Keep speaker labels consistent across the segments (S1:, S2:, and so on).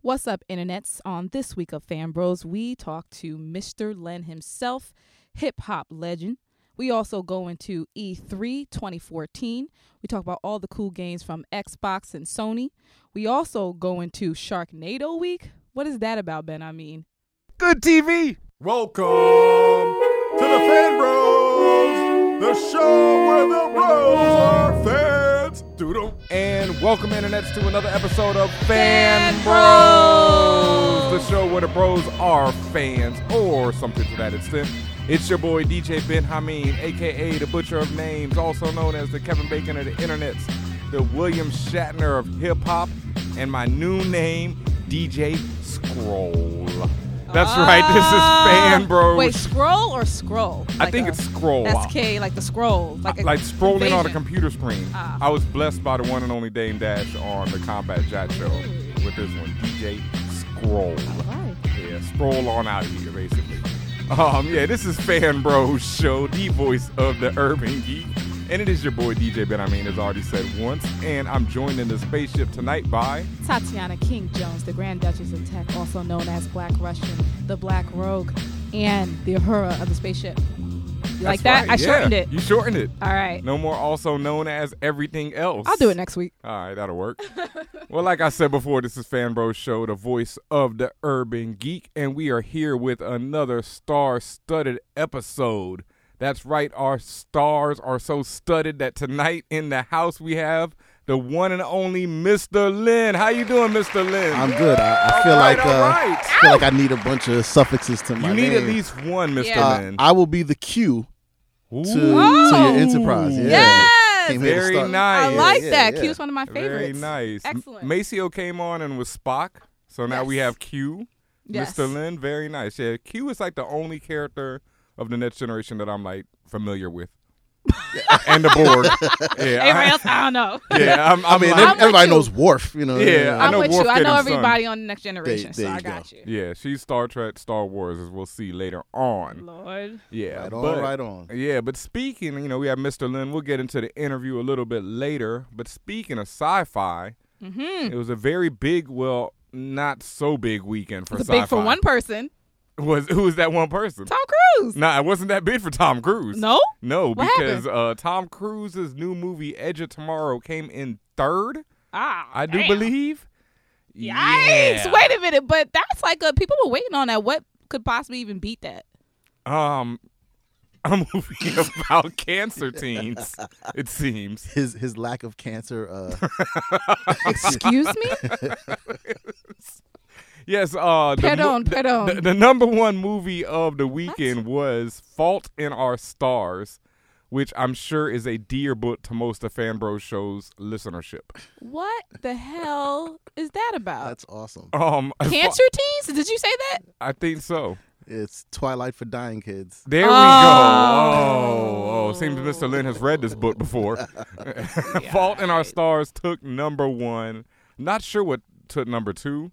S1: What's up, internets? On this week of Fan Bros, we talk to Mr. Len himself, hip hop legend. We also go into E E3 2014. We talk about all the cool games from Xbox and Sony. We also go into Sharknado Week. What is that about, Ben? I mean,
S2: Good TV.
S3: Welcome to the Fan Bros, the show where the bros are fans. Doodle.
S2: And welcome, internets, to another episode of
S1: Fan
S2: Fan, Bros, the show where the bros are fans, or something to that extent. It's your boy DJ Ben Hameen, aka the Butcher of Names, also known as the Kevin Bacon of the internets, the William Shatner of hip hop, and my new name, DJ Scroll. That's right. This is
S1: Ah.
S2: Fan Bros.
S1: Wait, scroll or scroll?
S2: I think it's Scroll.
S1: SK, like the scroll, like a
S2: like scrolling on a
S1: invasion.
S2: computer screen.
S1: Ah.
S2: I was blessed by the one and only Dame Dash on the Combat Jack show with this one, DJ Scroll.
S1: Right.
S2: Yeah, scroll on out of here, basically. Um, yeah, this is Fan Bros Show, the voice of the urban geek, and it is your boy DJ Ben. I mean, as already said once, and I'm joined in the spaceship tonight by
S1: Tatiana King Jones, the Grand Duchess of Tech, also known as Black Russian, the Black Rogue, and the Uhura of the spaceship. You like that?
S2: That's
S1: I
S2: right,
S1: shortened
S2: yeah,
S1: it.
S2: You shortened it.
S1: All right.
S2: No more, also known as everything else.
S1: I'll do it next week.
S2: All right, that'll work. well, like I said before, this is Fan Bros Show, the voice of the urban geek, and we are here with another star-studded episode. That's right, our stars are so studded that tonight in the house we have the one and only Mr. Lynn. How you doing, Mr. Lynn?
S3: I'm good. I, I feel
S2: All right,
S3: like uh,
S2: all right.
S3: I feel like I need a bunch of suffixes to my
S2: you need
S3: name.
S2: at least one, Mr.
S1: Yeah.
S3: Uh,
S2: Lynn.
S3: I will be the Q
S2: Ooh.
S3: to, to your enterprise. Yeah. Came
S1: Yes!
S3: here to
S2: Very
S3: start.
S2: nice.
S1: I like
S3: yeah,
S1: that.
S3: yeah.
S1: Q's one of my
S2: Very
S1: favorites.
S2: nice. M-
S1: Excellent.
S2: Maceo came on and was Spock, so now we
S1: Yes.
S2: have Q.
S1: Yes.
S2: Mr. Lin, very nice. Yeah, Q is like the only character of the next generation that I'm like familiar with, and the Borg. Yeah,
S1: Everybody
S2: I,
S1: else, I don't know.
S2: yeah. I'm, I'm
S3: I mean,
S2: like-
S1: I'm
S3: every-
S1: with
S3: everybody
S1: you.
S3: knows Worf. You know.
S2: Yeah, I
S1: I'm
S2: know
S1: with you.
S2: Worf
S1: I know
S2: Gideon's son.
S1: everybody on the Next Generation, so
S3: there
S1: I
S3: you go.
S1: got you.
S2: yeah, she's Star Trek, Star Wars, as we'll see later on.
S1: Lord.
S2: Yeah,
S3: Right on.
S2: but-
S3: right on.
S2: Yeah, but speaking, you know, we have Mr. Lin. We'll get into the interview a little bit later. But speaking of sci-fi,
S1: Mm-hmm.
S2: it was a very big, well, not so big weekend for
S1: It's
S2: sci-fi.
S1: big for one person.
S2: Was who was that one person?
S1: Tom Cruise.
S2: Nah, it wasn't that big for Tom Cruise.
S1: No?
S2: No,
S1: What
S2: because uh, Tom Cruise's new movie Edge of Tomorrow came in third,
S1: Ah,
S2: I do
S1: damn.
S2: believe.
S1: Yikes!
S2: Yeah.
S1: Wait a minute, but that's like a, people were waiting on that. What could possibly even beat that?
S2: Um, a movie about cancer teens. It seems.
S3: His his lack of cancer. Uh,
S1: Excuse me?
S2: Yes. Uh, the,
S1: Perdón,
S2: mo-
S1: perdón.
S2: the, the number one movie of the weekend was Fault in Our Stars, which I'm sure is a dear book to most of Fanbro Show's listenership.
S1: what the hell is that about?
S3: that's awesome.
S2: Um,
S1: Cancer teens? Did you say that?
S2: I think so.
S3: It's Twilight for dying kids.
S2: There we go.
S1: Oh.
S2: Oh, oh. Seems Mr. Lynn has read this book before. Fault in Our Stars took number one. Not sure what took number two.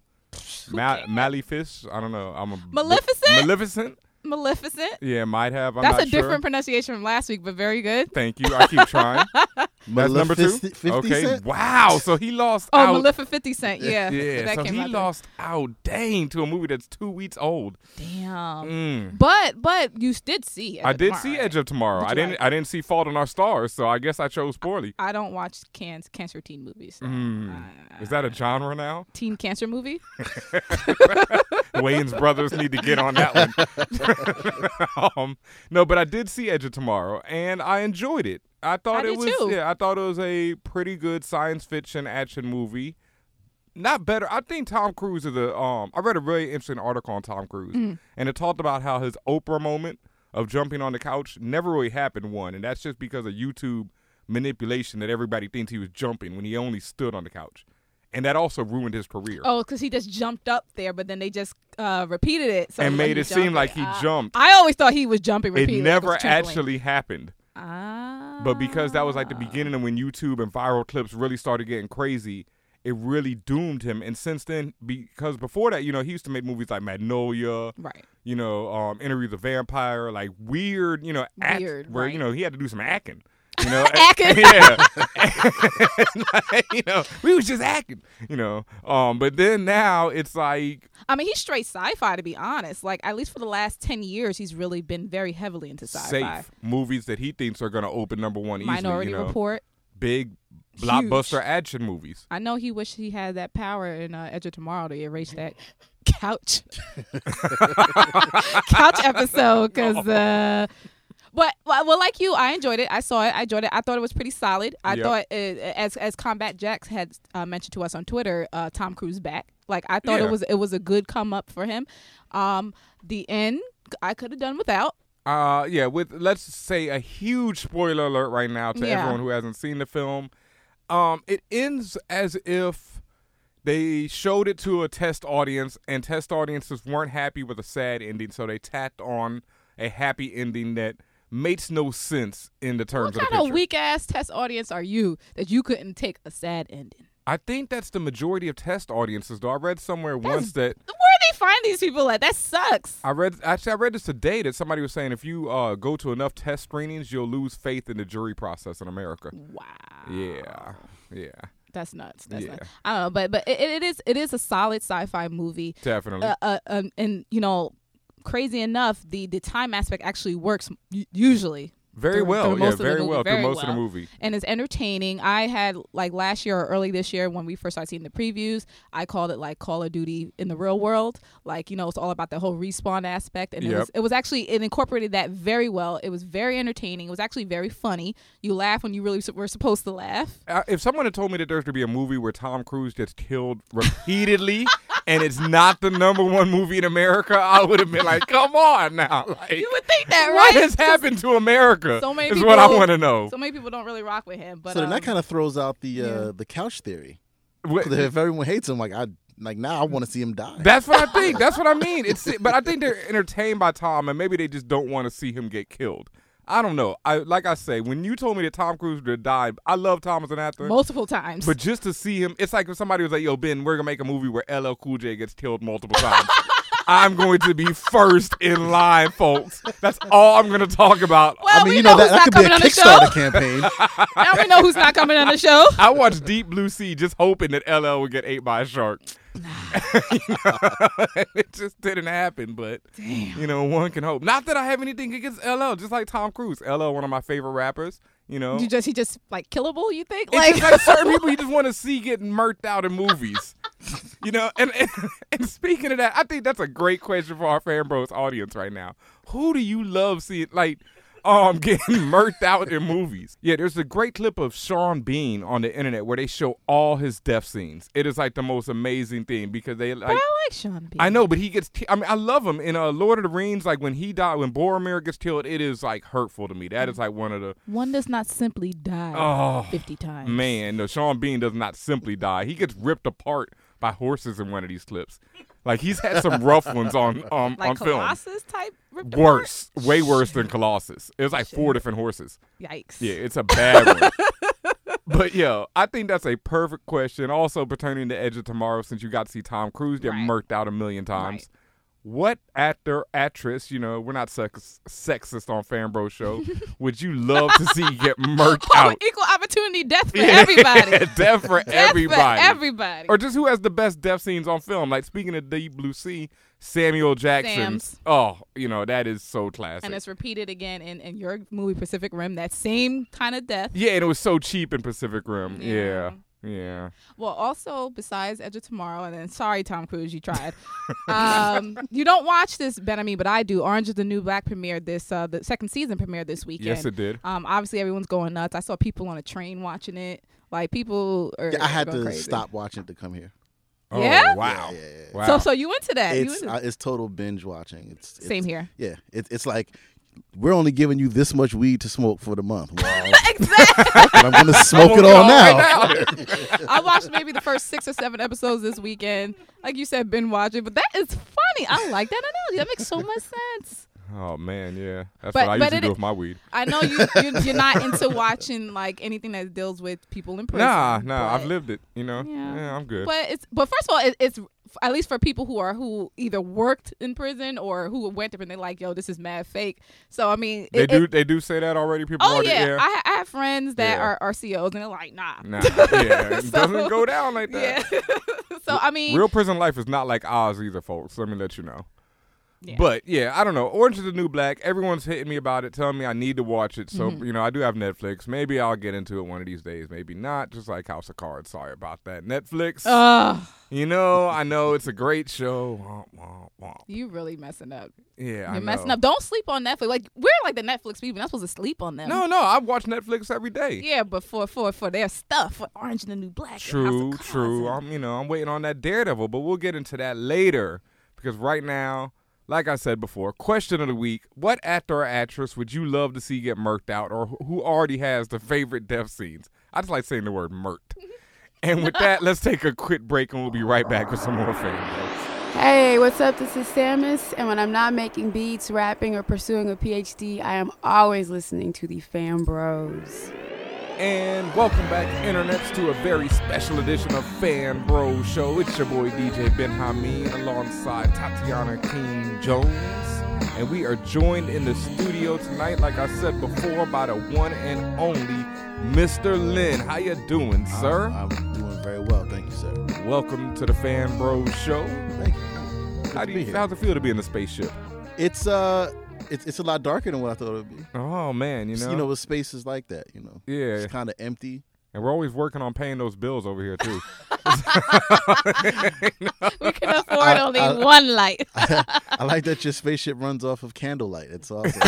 S2: Ma- Malefish. I don't know. I'm a
S1: Maleficent?
S2: Maleficent.
S1: Maleficent?
S2: Yeah, might have. I'm
S1: that's
S2: not
S1: a
S2: sure.
S1: different pronunciation from last week, but very good.
S2: Thank you. I keep trying. That's number two.
S3: Maleficent- 50
S2: okay.
S3: Cent?
S2: Wow. So he lost
S1: Oh,
S2: out.
S1: Maleficent 50 Cent. Yeah.
S2: yeah.
S1: That
S2: So
S1: came
S2: he
S1: out there.
S2: lost out. Dang, to a movie that's two weeks old.
S1: Damn.
S2: Mm.
S1: But but you did see it.
S2: I did see Edge of Tomorrow.
S1: Did
S2: I
S1: you
S2: didn't.
S1: like
S2: I didn't see Fault in Our Stars. So I guess I chose poorly.
S1: I don't watch can- cancer teen movies. Uh,
S2: Mm. Is that a genre now?
S1: Teen cancer movie?
S2: Wayans brothers need to get on that one. um, no, but I did see Edge of Tomorrow, and I enjoyed it. I thought
S1: I
S2: it
S1: did
S2: was.
S1: too.
S2: Yeah, I thought it was a pretty good science fiction action movie. Not better. I think Tom Cruise is a. Um, I read a really interesting article on Tom Cruise,
S1: Mm.
S2: and it talked about how his Oprah moment of jumping on the couch never really happened. One, and that's just because of YouTube manipulation that everybody thinks he was jumping when he only stood on the couch, and that also ruined his career.
S1: Oh, because he just jumped up there, but then they just uh, repeated it. So
S2: and
S1: when
S2: made
S1: he
S2: it seem
S1: jumped,
S2: like he
S1: uh,
S2: jumped.
S1: I always thought he was jumping repeatedly. like
S2: it never
S1: was trampoline.
S2: actually happened.
S1: Ah.
S2: But because that was like the beginning of when YouTube and viral clips really started getting crazy, it really doomed him. And since then, because before that, you know, he used to make movies like Magnolia,
S1: Right.
S2: you know, um, Interview the Vampire, like weird, you know, act,
S1: Weird,
S2: where,
S1: right.
S2: you know, he had to do some acting. You know, and-
S1: Acting.
S2: yeah. And, like, you know, we was just acting. You know, um, but then now it's like
S1: I mean, he's straight sci-fi to be honest. Like at least for the last ten years, he's really been very heavily into sci-fi.
S2: safe movies that he thinks are gonna open number one easily.
S1: Minority
S2: you know?
S1: Report.
S2: big blockbuster action movies.
S1: I know he wished he had that power in uh, Edge of Tomorrow to erase that couch couch episode because. Uh, but well, well, like you, I enjoyed it. I saw it. I enjoyed it. I thought it was pretty solid. I
S2: Yep.
S1: thought, uh, as as Combat Jax had uh, mentioned to us on Twitter, uh, Tom Cruise back. Like I thought
S2: Yeah.
S1: it was it was a good come up for him. Um, the end I could have done without.
S2: Uh, yeah. With let's say a huge spoiler alert right now to
S1: Yeah.
S2: everyone who hasn't seen the film. Um, it ends as if they showed it to a test audience, and test audiences weren't happy with a sad ending, so they tacked on a happy ending that makes no sense in the
S1: What
S2: terms of the
S1: kind
S2: picture.
S1: of weak ass test audience are you that you couldn't take a sad ending?
S2: I think that's the majority of test audiences. Though I read somewhere once that
S1: Where do they find these people at? That sucks.
S2: I read actually I read this today that somebody was saying if you uh, go to enough test screenings, you'll lose faith in the jury process in America.
S1: Wow.
S2: Yeah, yeah,
S1: That's nuts. That's nuts.
S2: Yeah.
S1: I don't know, but but it, it is it is a solid sci-fi movie.
S2: definitely.
S1: Uh, uh, um, and you know, crazy enough, the the time aspect actually works u- usually
S2: very
S1: through-
S2: well,
S1: through most
S2: yeah,
S1: of the
S2: very
S1: movie,
S2: well
S1: very
S2: through most of
S1: well.
S2: the movie.
S1: and it's entertaining. I had like last year or early this year when we first started seeing the previews, I called it like Call of Duty in the real world. Like you know, it's all about the whole respawn aspect, and it
S2: Yep.
S1: was it was actually it incorporated that very well. It was very entertaining. It was actually very funny. You laugh when you really s- were supposed to laugh.
S2: Uh, if someone had told me that there's going to be a movie where Tom Cruise gets killed repeatedly and it's not the number one movie in America, I would have been like, "Come on now!" Like,
S1: You would think that,
S2: what
S1: right?
S2: has happened to America?
S1: so many
S2: is what I
S1: people-
S2: want to know.
S1: So many people don't really rock with him, but
S4: so then
S1: um,
S4: that kind of throws out the uh,
S1: yeah.
S4: the couch theory.
S2: What-
S4: 'Cause If everyone hates him, like I like now I want to see him die.
S2: That's what I think. That's what I mean. It's but I think they're entertained by Tom, and maybe they just don't want to see him get killed. I don't know. I like I say, when you told me that Tom Cruise would die, I love Tom as an actor,
S1: multiple times.
S2: but just to see him, it's like if somebody was like, "Yo, Ben, we're gonna make a movie where LL Cool J gets killed multiple times." I'm going to be first in line, folks. That's all I'm going to talk about.
S1: well,
S4: I mean,
S1: we
S4: you know,
S1: who's
S4: that, that
S1: not
S4: could be
S1: coming
S4: a
S1: on the show.
S4: Kickstarter campaign.
S1: now we know who's not coming on the show.
S2: I watched Deep Blue Sea just hoping that LL would get ate by a shark. You know, it just didn't happen, but you know, one can hope. Not that I have anything against LL, just like Tom Cruise. LL, one of my favorite rappers. You know,
S1: You just he just like killable. You think
S2: it's
S1: like
S2: just like certain people you just want to see getting murked out in movies. you know, and, and and speaking of that, I think that's a great question for our fan bros audience right now. Who do you love seeing like um getting murked out in movies? Yeah, there's a great clip of Sean Bean on the internet where they show all his death scenes. It is like the most amazing thing because they
S1: I
S2: like
S1: like Sean B.
S2: I know, but he gets. ki- I mean, I love him in uh, Lord of the Rings. Like when he died, when Boromir gets killed, it is like hurtful to me. That is like one of the
S1: One does not simply die
S2: Oh,
S1: fifty times.
S2: Man, no, Sean Bean does not simply die. He gets ripped apart by horses in one of these clips. Like he's had some rough ones on um,
S1: like
S2: on film.
S1: Colossus type. ripped
S2: Worse, way worse than Colossus. It was like four different horses.
S1: apart? Yikes.
S2: Yeah, it's a bad one. But yo, I think that's a perfect question. Also pertaining to Edge of Tomorrow, since you got to see Tom Cruise get
S1: Right.
S2: murked out a million times. What actor, actress, you know, we're not sex- sexist on Fan Bro Show, would you love to see get murked
S1: Oh,
S2: out?
S1: equal opportunity death for
S2: Yeah,
S1: everybody.
S2: death for
S1: Death
S2: everybody.
S1: For everybody.
S2: Or just who has the best death scenes on film? Like speaking of Deep Blue Sea, Samuel Jackson's.
S1: Sam's.
S2: Oh, you know that is so classic.
S1: and it's repeated again in, in your movie Pacific Rim. That same kind of death.
S2: yeah, and it was so cheap in Pacific Rim.
S1: Yeah.
S2: Yeah, yeah.
S1: Well, also besides Edge of Tomorrow, and then sorry, Tom Cruise, you tried. um, you don't watch this, Ben. I mean, but I do. Orange is the New Black premiered this, uh, the second season premiered this weekend.
S2: Yes, it did.
S1: Um, obviously everyone's going nuts. I saw people on a train watching it. Like people are.
S4: Yeah, I had
S1: going
S4: to
S1: crazy.
S4: stop watching it to come here.
S2: Oh,
S1: Yeah?
S2: Wow.
S4: Yeah, yeah, yeah.
S2: Wow.
S1: So, so you into that? You
S4: It's
S1: into-
S4: uh, it's total binge watching. It's, it's
S1: same here.
S4: Yeah, it, it's like we're only giving you this much weed to smoke for the month. Well,
S1: exactly.
S4: I'm going to smoke it all now.
S1: I watched maybe the first six or seven episodes this weekend. Like you said, been watching, but that is funny. I like that analogy. That makes so much sense.
S2: oh man, yeah. That's
S1: But-
S2: what I
S1: but
S2: used to
S1: it-
S2: do with my weed.
S1: I know you you're, you're not into watching like anything that deals with people in prison.
S2: Nah, nah.
S1: but-
S2: I've lived it. You know.
S1: Yeah.
S2: Yeah, I'm good.
S1: But it's but first of all, it, it's f- at least for people who are who either worked in prison or who went to prison, they like, yo, this is mad fake. So I mean,
S2: They
S1: it-
S2: do
S1: it-
S2: they do say that already. People
S1: oh
S2: already
S1: yeah,
S2: yeah.
S1: I, ha- I have friends that
S2: Yeah.
S1: are, are COs and they're like, nah,
S2: Nah, yeah, it
S1: So-
S2: doesn't go down like
S1: yeah.
S2: that.
S1: so I mean,
S2: Real prison life is not like Oz either, folks. Let me let you know.
S1: Yeah.
S2: But yeah, I don't know. Orange is the New Black. Everyone's hitting me about it, telling me I need to watch it.
S1: Mm-hmm.
S2: So you know, I do have Netflix. Maybe I'll get into it one of these days. Maybe not. Just like House of Cards. Sorry about that, Netflix.
S1: Ugh,
S2: you know, I know it's a great show. Womp, womp, womp.
S1: you really messing up.
S2: Yeah,
S1: You're
S2: I
S1: messing
S2: know.
S1: up. Don't sleep on Netflix. Like we're like the Netflix people. You're not supposed to sleep on them.
S2: No, no, I watch Netflix every day.
S1: Yeah, but for for for their stuff, for Orange and the New Black. and House of
S2: True,
S1: Cards
S2: true.
S1: and-
S2: I'm, you know, I'm waiting on that Daredevil, but we'll get into that later because right now, like I said before, question of the week: What actor or actress would you love to see get murked out, or wh- who already has the favorite death scenes? I just like saying the word murked. and with that, let's take a quick break, and we'll be right back with some more fame.
S5: Hey, what's up? This is Samus, and when I'm not making beats, rapping, or pursuing a PhD, I am always listening to the Fam Bros.
S2: And welcome back, internets, to a very special edition of Fan Bro Show. It's your boy DJ Ben Hameen alongside Tatiana King Jones. And we are joined in the studio tonight, like I said before, by the one and only Mr. Lynn. How you doing, sir?
S4: I'm, I'm doing very well, thank you, sir.
S2: Uh, welcome to the Fan Bro Show.
S4: Thank you. Good
S2: How
S4: to
S2: do
S4: be
S2: you,
S4: here.
S2: how's it feel to be in the spaceship?
S4: It's uh, it's it's a lot darker than what I thought it would be.
S2: Oh man, you
S4: You
S2: know,
S4: know, with spaces like that, you know,
S2: yeah.
S4: it's kind of empty.
S2: And we're always working on paying those bills over here too.
S1: we can afford only
S4: I-
S1: one light.
S4: I like that your spaceship runs off of candlelight. It's awesome.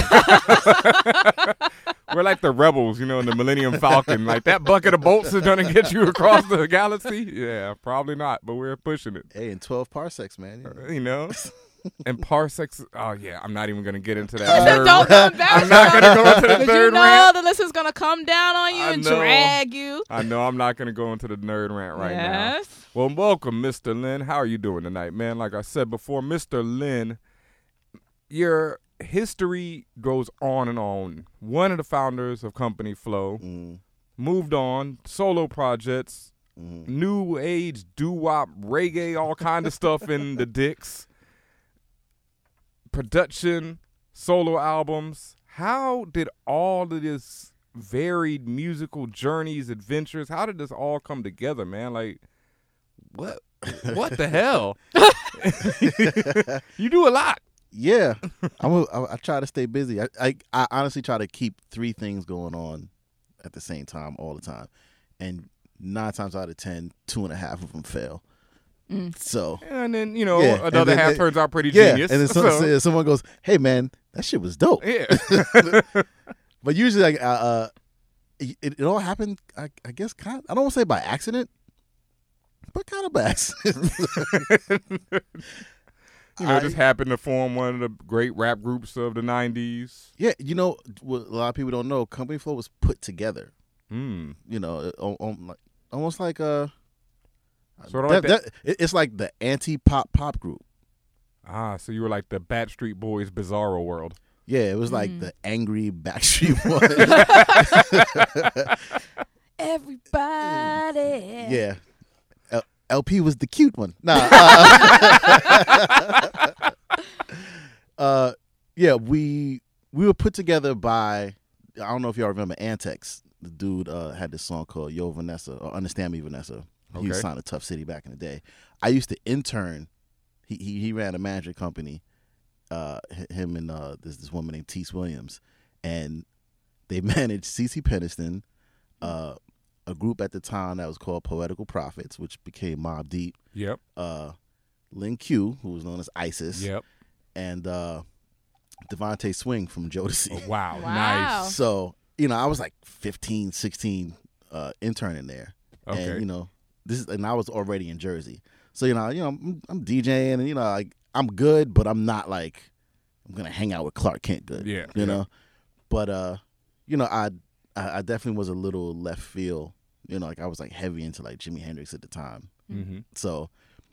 S2: We're like the rebels, you know, in the Millennium Falcon. Like that bucket of bolts is gonna get you across the galaxy. Yeah, probably not, but we're pushing it.
S4: hey, and twelve parsecs, man. you know.
S2: You know, and parsecs. Oh yeah, I'm not even gonna get into that.
S1: So
S2: nerd
S1: don't
S2: rant.
S1: embarrass
S2: I'm not gonna go into the
S1: Because you
S2: nerd
S1: know
S2: rant.
S1: the listener's gonna come down on you
S2: I
S1: and
S2: know.
S1: drag you.
S2: I know I'm not gonna go into the nerd rant right now.
S1: yes.
S2: Well, welcome, Mr. Lynn. How are you doing tonight, man? Like I said before, Mr. Lynn, your history goes on and on. One of the founders of Company Flow
S4: Mm,
S2: moved on, solo projects,
S4: mm.
S2: new age doo wop, reggae, all kind of stuff in the dicks. Production, solo albums. How did all of this varied musical journeys, adventures? How did this all come together, man? Like, what? What the hell? you do a lot.
S4: Yeah, I'm a, I, I try to stay busy. I, I I honestly try to keep three things going on at the same time all the time, and nine times out of ten, two and a half of them fail. So
S2: And then you know
S4: Yeah, and
S2: another
S4: then
S2: half
S4: they-
S2: turns out pretty
S4: yeah,
S2: genius.
S4: and then some,
S2: so,
S4: so- someone goes, "Hey, man, that shit was dope."
S2: yeah.
S4: But usually, like, uh, uh, it, it all happened. I, I guess kind. I don't want to say by accident, but kind of by accident.
S2: You know,
S4: I-
S2: just happened to form one of the great rap groups of the '90s.
S4: yeah, you know, what a lot of people don't know. Company Flow was put together.
S2: Hmm.
S4: You know, it- al- al- like- almost like uh,
S2: Sort of like that,
S4: that- it- it's like the anti-pop pop group.
S2: Ah, so you were like the Backstreet Boys Bizarro world.
S4: Yeah, it was like the angry Backstreet Boys.
S1: Everybody.
S4: yeah. L- LP was the cute one. Nah. uh, uh, yeah, we we were put together by I don't know if y'all remember Antex. The dude uh, had this song called Yo Vanessa or Understand Me Vanessa. He was
S2: Okay.
S4: signed to Tough City back in the day. I used to intern. He he, he ran a management company. Uh, h- him and uh, this this woman named Teese Williams, and they managed CC Peniston, uh, a group at the time that was called Poetical Prophets, which became Mob Deep.
S2: Yep.
S4: Uh, Lin Q, who was known as ISIS,
S2: Yep.
S4: and uh, Devontae Swing from Jodeci.
S2: Oh, wow.
S1: Wow.
S2: Nice.
S4: So, you know, I was like 15, 16 uh, intern in there.
S2: Okay.
S4: And, you know, this is, and I was already in Jersey. So, you know, you know, I'm, I'm DJing and, you know, like I'm good, but I'm not like, I'm going to hang out with Clark Kent good.
S2: Yeah,
S4: You
S2: yeah.
S4: know, but, uh, you know, I, I I definitely was a little left field. You know, like I was like heavy into like Jimi Hendrix at the time.
S2: mm-hmm.
S4: So,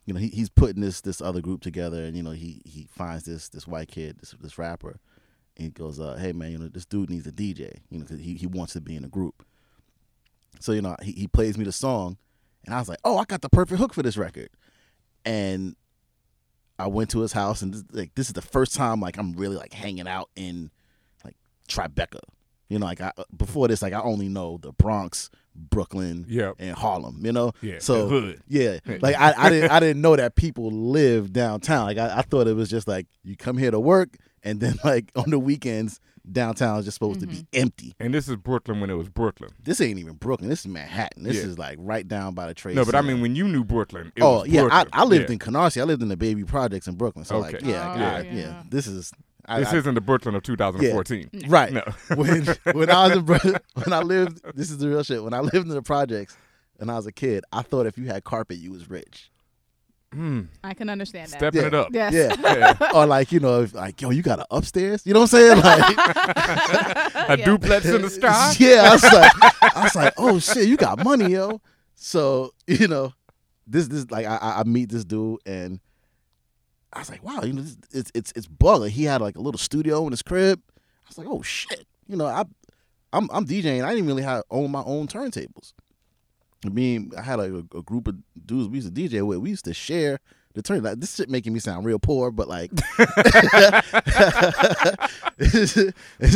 S4: you know, he, he's putting this this other group together, and you know, he he finds this this white kid, this this rapper, and he goes, uh, "Hey man, you know, this dude needs a DJ, you know, 'cause he he wants to be in a group." So you know, he he plays me the song, and I was like, "Oh, I got the perfect hook for this record," and I went to his house, and this, like this is the first time like I'm really like hanging out in like Tribeca. You know, like I before this, like I only know the Bronx, Brooklyn,
S2: Yep.
S4: and Harlem. You know,
S2: Yeah,
S4: So
S2: the hood.
S4: yeah, like I, I didn't I didn't know that people live downtown. Like I, I thought it was just like you come here to work, and then like on the weekends downtown is just supposed to
S1: Mm-hmm.
S4: be empty.
S2: And this is Brooklyn when it was Brooklyn.
S4: This ain't even Brooklyn. This is Manhattan. This
S2: Yeah.
S4: is like right down by the trade.
S2: No, but I
S4: center.
S2: mean when you knew Brooklyn. It
S4: oh
S2: was
S4: yeah, I,
S2: Brooklyn.
S4: I lived
S2: Yeah.
S4: in Canarsie. I lived in the Baby Projects in Brooklyn. So like
S2: Okay.
S4: yeah,
S1: Oh,
S4: yeah,
S1: yeah.
S4: yeah, This is I,
S2: This
S4: I-
S2: isn't the Brooklyn of 2014.
S4: right.
S2: No.
S4: when when I was in, Bro- when I lived this is the real shit. When I lived in the projects and I was a kid, I thought if you had carpet, you was rich.
S1: I can understand that.
S2: Hmm. Stepping
S4: Yeah.
S2: it up.
S1: Yes.
S4: Yeah.
S2: Yeah.
S4: or like you know, if, like yo, you got an upstairs. You know what I'm saying? Like,
S2: A duplex in the sky.
S4: yeah. I was like, I was like, oh shit, you got money, yo. So you know, this this like I- I I meet this dude and I was like, wow, you know, this, it's it's it's bugger. He had like a little studio in his crib. I was like, oh shit, you know, I I'm I'm DJing. I didn't really have own my own turntables. I mean, I had like a, a group of dudes we used to DJ with. We used to share the turn. Like, this shit making me sound real poor, but like, It's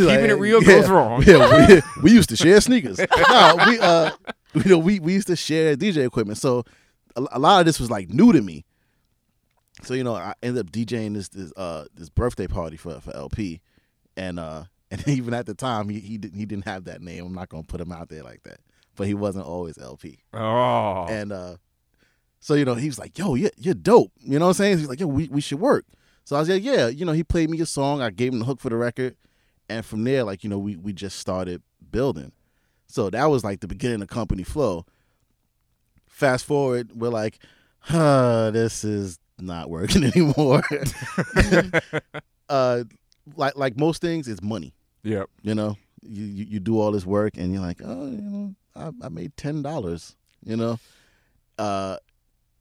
S4: like-
S2: it real
S4: yeah,
S2: goes wrong.
S4: Yeah, we, we used to share sneakers. no, we uh, you know, we we used to share DJ equipment. So a, a lot of this was like new to me. So you know, I ended up DJing this this uh this birthday party for for LP, and uh and even at the time he he didn't he didn't have that name. I'm not gonna put him out there like that, but he wasn't always LP.
S2: Oh.
S4: And uh, so you know, he was like, "Yo, you're, you're dope." You know what I'm saying? He's like, "Yo, we, we should work." So I was like, "Yeah." You know, he played me a song. I gave him the hook for the record, and from there, like you know, we we just started building. So that was like the beginning of company flow. Fast forward, we're like, "Huh, this is not working anymore." uh, like like most things, it's money.
S2: Yep.
S4: You know, you, you, you do all this work and you're like, oh, you know, I, I made ten dollars. You know, uh,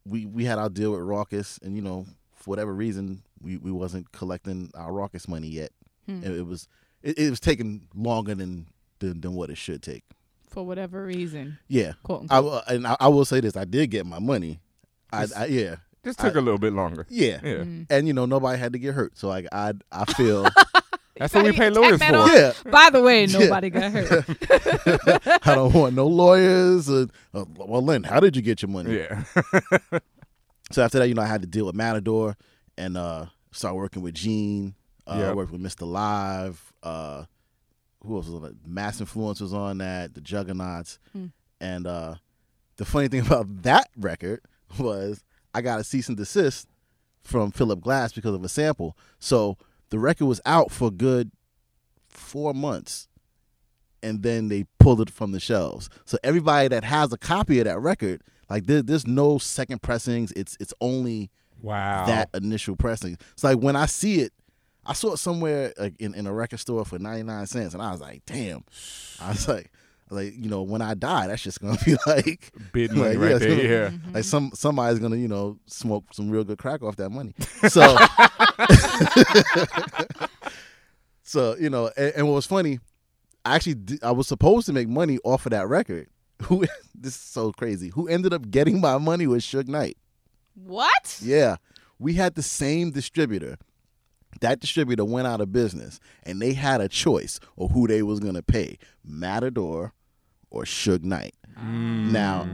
S4: we we had our deal with Raucus, and you know, for whatever reason, we, we wasn't collecting our Raucus money yet.
S1: Hmm.
S4: It, it was it, it was taking longer than, than than what it should take.
S1: For whatever reason.
S4: Yeah,
S1: Quote unquote.
S4: I will- and I, I will say this: I did get my money. I, I yeah
S2: This took a little bit longer.
S4: yeah. Mm-hmm.
S2: Yeah.
S4: And you know nobody had to get hurt, so like I I feel
S2: That's what we
S1: Gotta
S2: pay lawyers
S1: tack that
S2: for.
S1: on. By
S4: yeah
S1: the way, nobody got hurt.
S4: I don't want no lawyers. Or, uh, well, Lynn, how did you get your money?
S2: Yeah.
S4: So after that, you know, I had to deal with Matador and uh start working with Gene. Uh
S2: Yep.
S4: worked with Mr. Live, uh who else was on that? Mass Influence was on that, the Juggernauts. And uh the funny thing about that record was I got a cease and desist from Philip Glass because of a sample. So the record was out for a good four months and then they pulled it from the shelves. So everybody that has a copy of that record, like there, there's no second pressings. It's it's only
S2: Wow.
S4: that initial pressing. It's like when I see it, I saw it somewhere like in, in a record store for ninety nine cents, and I was like, damn. I was like, I was like you know, when I die, that's just gonna be like
S2: Bid money
S4: like,
S2: right
S4: it's
S2: there,
S4: gonna-
S2: yeah.
S4: Like some somebody's gonna you know smoke some real good crack off that money. So, so you know, and, and what was funny, I actually di- I was supposed to make money off of that record. Who this is so crazy? Who ended up getting my money was Suge Knight.
S1: what?
S4: Yeah. We had the same distributor. That distributor went out of business and they had a choice of who they was gonna pay, Matador or Suge Knight.
S2: Mm.
S4: Now,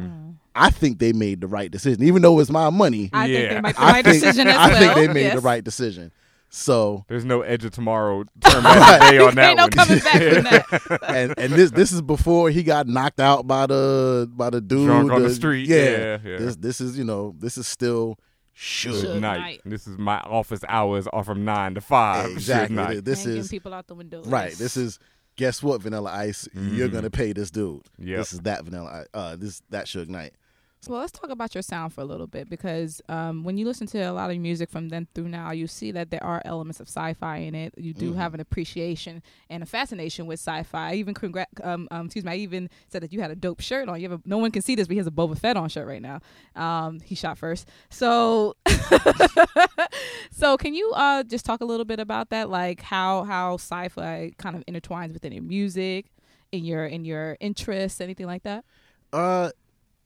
S4: I think they made the right decision. Even though it's my money,
S1: I think
S2: Yeah.
S1: they make the
S4: I
S1: right
S4: think,
S1: decision as
S4: I
S1: well.
S4: think they made
S1: yes.
S4: the right decision. So
S2: There's no edge of tomorrow term out today on that
S1: Ain't no
S2: one.
S1: coming back from that.
S4: and, and this this is before he got knocked out by the by the dude
S2: Drunk on the street. Yeah, yeah.
S4: This this is you know this is still Suge.
S1: Suge.
S2: Good night.
S1: night.
S2: This is my office hours are from nine to five. Good
S4: Exactly.
S2: night.
S4: This
S1: Hanging
S4: is
S1: people out the window.
S4: Right. This is guess what, Vanilla Ice, you're gonna pay this dude.
S2: Mm-hmm. Yep.
S4: This is that Vanilla I Uh, this that Suge Knight.
S1: Well, let's talk about your sound for a little bit because um, when you listen to a lot of music from then through now, you see that there are elements of sci-fi in it. You do have an appreciation and a fascination with sci-fi. I even congrat, um, um, excuse me, I even said that you had a dope shirt on. You have a, no one can see this, but he has a Boba Fett on shirt right now. Um, he shot first, so so can you uh, just talk a little bit about that, like how how sci-fi kind of intertwines within your music, in your in your interests, anything like that?
S4: Uh,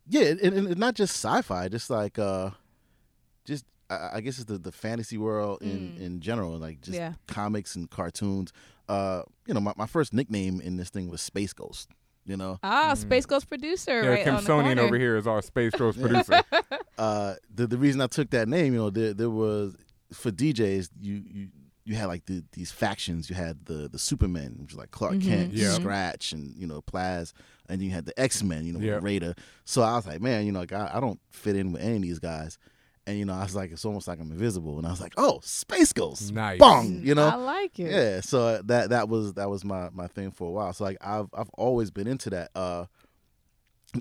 S4: yeah, and, and, and not just sci-fi, just like uh, just I, I guess it's the, the fantasy world in, in general, like just
S1: Yeah.
S4: comics and cartoons. Uh, you know, my, my first nickname in this thing was Space Ghost. You know,
S1: Ah, Space Ghost producer,
S2: Yeah,
S1: right
S2: Kim
S1: on the
S2: Sonian
S1: corner.
S2: over here is our Space Ghost producer.
S4: uh, the the reason I took that name, you know, there there was for DJs, you you you had like the, these factions. You had the the Superman, which was like Clark Kent,
S2: Mm-hmm. Yeah.
S4: Scratch, and you know Plaz, and you had the X Men, you know,
S2: Yeah.
S4: with Raider. So I was like, man, you know, like I, I don't fit in with any of these guys. And you know, I was like, it's almost like I'm invisible. And I was like, oh, Space Ghost,
S2: Nice.
S4: bong, you know.
S1: I like it.
S4: Yeah, so uh, that that was that was my my thing for a while. So like I've I've always been into that. Uh,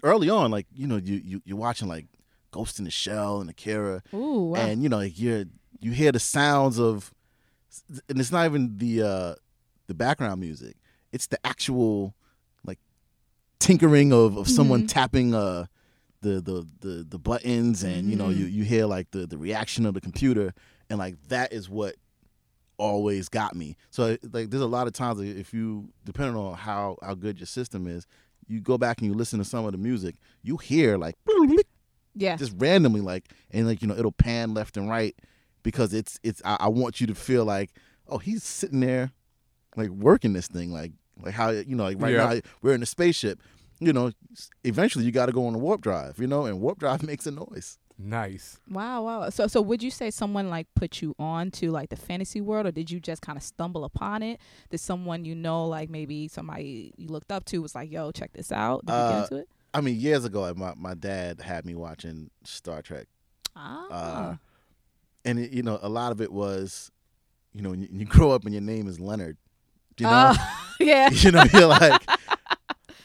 S4: early on, like you know, you you you're watching like Ghost in the Shell and Akira,
S1: Ooh, wow.
S4: and you know, like you're you hear the sounds of, and it's not even the uh the background music; it's the actual like tinkering of of someone
S1: Mm-hmm.
S4: tapping uh. The, the, the, the buttons and you know
S1: Mm-hmm.
S4: you, you hear like the, the reaction of the computer and like that is what always got me. So like, there's a lot of times that if you, depending on how how good your system is, you go back and you listen to some of the music, you hear like
S1: yeah.
S4: just randomly like, and like you know it'll pan left and right because it's it's I, I want you to feel like oh he's sitting there like working this thing like like how you know like right
S2: Yeah.
S4: now we're in a spaceship. You know, eventually you got to go on a warp drive. You know, and warp drive makes a noise.
S2: nice.
S1: wow, wow. So, so would you say someone like put you on to like the fantasy world, or did you just kind of stumble upon it? Did someone you know, like maybe somebody you looked up to, was like, "Yo, check this out"? Did you
S4: Uh,
S1: get into it?
S4: I mean, years ago, like, my my dad had me watching Star Trek.
S1: Ah,
S4: uh, and it, you know a lot of it was you know when you, you grow up and your name is leonard you know
S1: Ah, yeah,
S4: you know you're like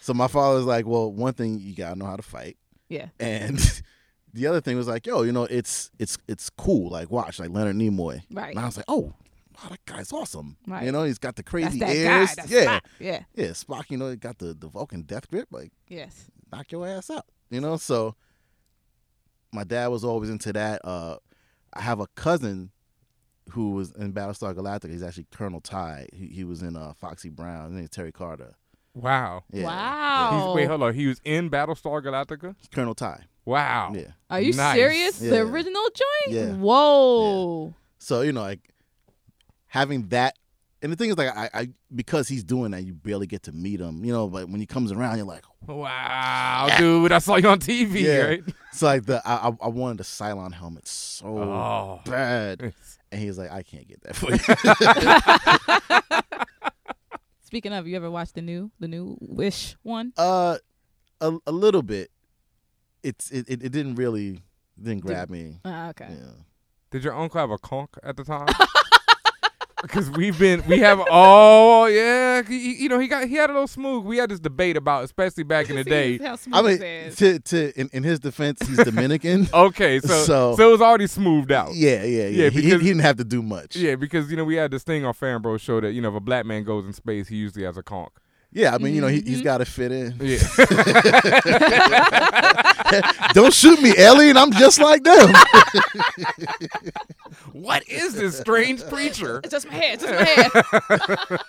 S4: so my father's like well one thing you gotta know how to fight
S1: yeah.
S4: and the other thing was like yo you know it's it's it's cool like watch like leonard nimoy
S1: Right.
S4: and i was like oh wow that guy's awesome
S1: Right.
S4: you know he's got the
S1: That's
S4: crazy
S1: that
S4: ears
S1: guy. That's
S4: yeah
S1: Spock. yeah.
S4: yeah spock you know he got the the vulcan death grip like
S1: Yes.
S4: knock your ass out. You know, so my dad was always into that. Uh, I have a cousin who was in Battlestar Galactica. He's actually Colonel Ty. He, he was in uh, Foxy Brown. His name is Terry Carter.
S2: Wow.
S4: Yeah.
S1: Wow.
S2: He's, wait, hold on. He was in Battlestar Galactica.
S4: Yeah. Colonel Ty.
S2: Wow.
S4: Yeah.
S1: Are you
S2: Nice.
S1: serious? The
S4: Yeah.
S1: original joint?
S4: Yeah.
S1: Whoa.
S4: So you know, like having that. And the thing is, like, I, I because he's doing that, you barely get to meet him. You know, but when he comes around, you're like,
S2: Wow, dude. I saw you on TV,
S4: Yeah.
S2: right?
S4: so like the I, I- I wanted the Cylon helmet so
S2: Oh.
S4: bad,
S2: It's-
S4: and he's like, I can't get that for you.
S1: Speaking of, you ever watched the new the new Wish one?
S4: Uh, a, a little bit. It's it, it, it didn't really didn't grab me.
S1: Ah, okay.
S4: Yeah.
S2: Did your uncle have a conk at the time? Because we've been, we have, oh yeah, he- you know, he got, he had a little smooth. We had this debate about, especially back in the day.
S1: How
S4: I
S1: smooth
S4: mean,
S1: it is.
S4: to to in, in his defense, he's Dominican.
S2: Okay, so, so
S4: So-
S2: it was already smoothed out.
S4: yeah, yeah, yeah.
S2: Oh. Yeah,
S4: he, he-
S2: because-
S4: he didn't have to do much.
S2: Yeah, because you know we had this thing on Fan Bro show that you know if a black man goes in space, he usually has a conk.
S4: Yeah, I mean, you know, he, he's got to fit in.
S2: Yeah,
S4: Don't shoot me, alien. I'm just like them.
S2: what is this strange creature?
S1: It's just my head. It's just my head.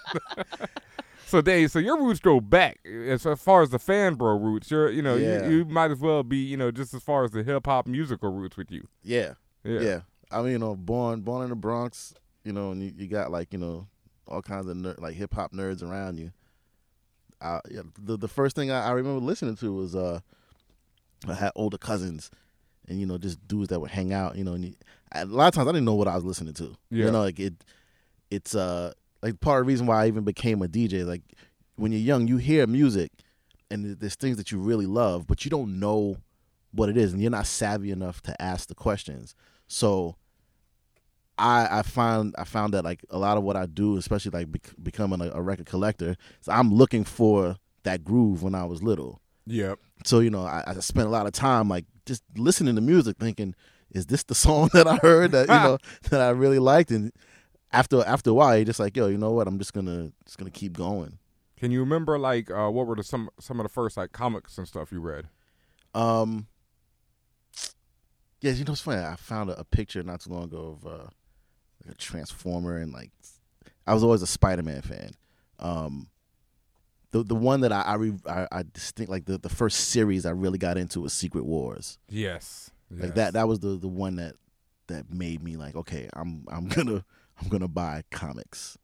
S2: So Dave, so your roots go back as far as the Fan Bro roots. You're, you know,
S4: Yeah.
S2: you, you might as well be, you know, just as far as the hip hop musical roots with you.
S4: yeah,
S2: Yeah.
S4: yeah, I mean, you know, born born in the Bronx. You know, and you, you got like you know all kinds of ner- like hip hop nerds around you. I, yeah, the the first thing I, I remember listening to was uh, I had older cousins, and you know just dudes that would hang out. You know, and you, a lot of times I didn't know what I was listening to.
S2: Yeah.
S4: You know, like it, it's uh like part of the reason why I even became a DJ. Like when you're young, you hear music, and there's things that you really love, but you don't know what it is, and you're not savvy enough to ask the questions. So. I, I found I found that like a lot of what I do, especially like bec- becoming a, a record collector, so I'm looking for that groove when I was little.
S2: Yep.
S4: So you know, I, I spent a lot of time like just listening to music, thinking, "Is this the song that I heard that you know that I really liked?" And after after a while, you're just like, "Yo, you know what? I'm just gonna just gonna keep going."
S2: Can you remember like uh, what were the some some of the first like comics and stuff you read?
S4: Um, yeah, you know, it's funny. I found a, a picture not too long ago of uh, like a transformer, and like I was always a Spider-Man fan. Um, the the one that I I, re- I, I distinct like the, the first series I really got into was Secret Wars.
S2: Yes.
S4: Like that that was the the one that that made me like, okay, I'm I'm gonna I'm gonna buy comics.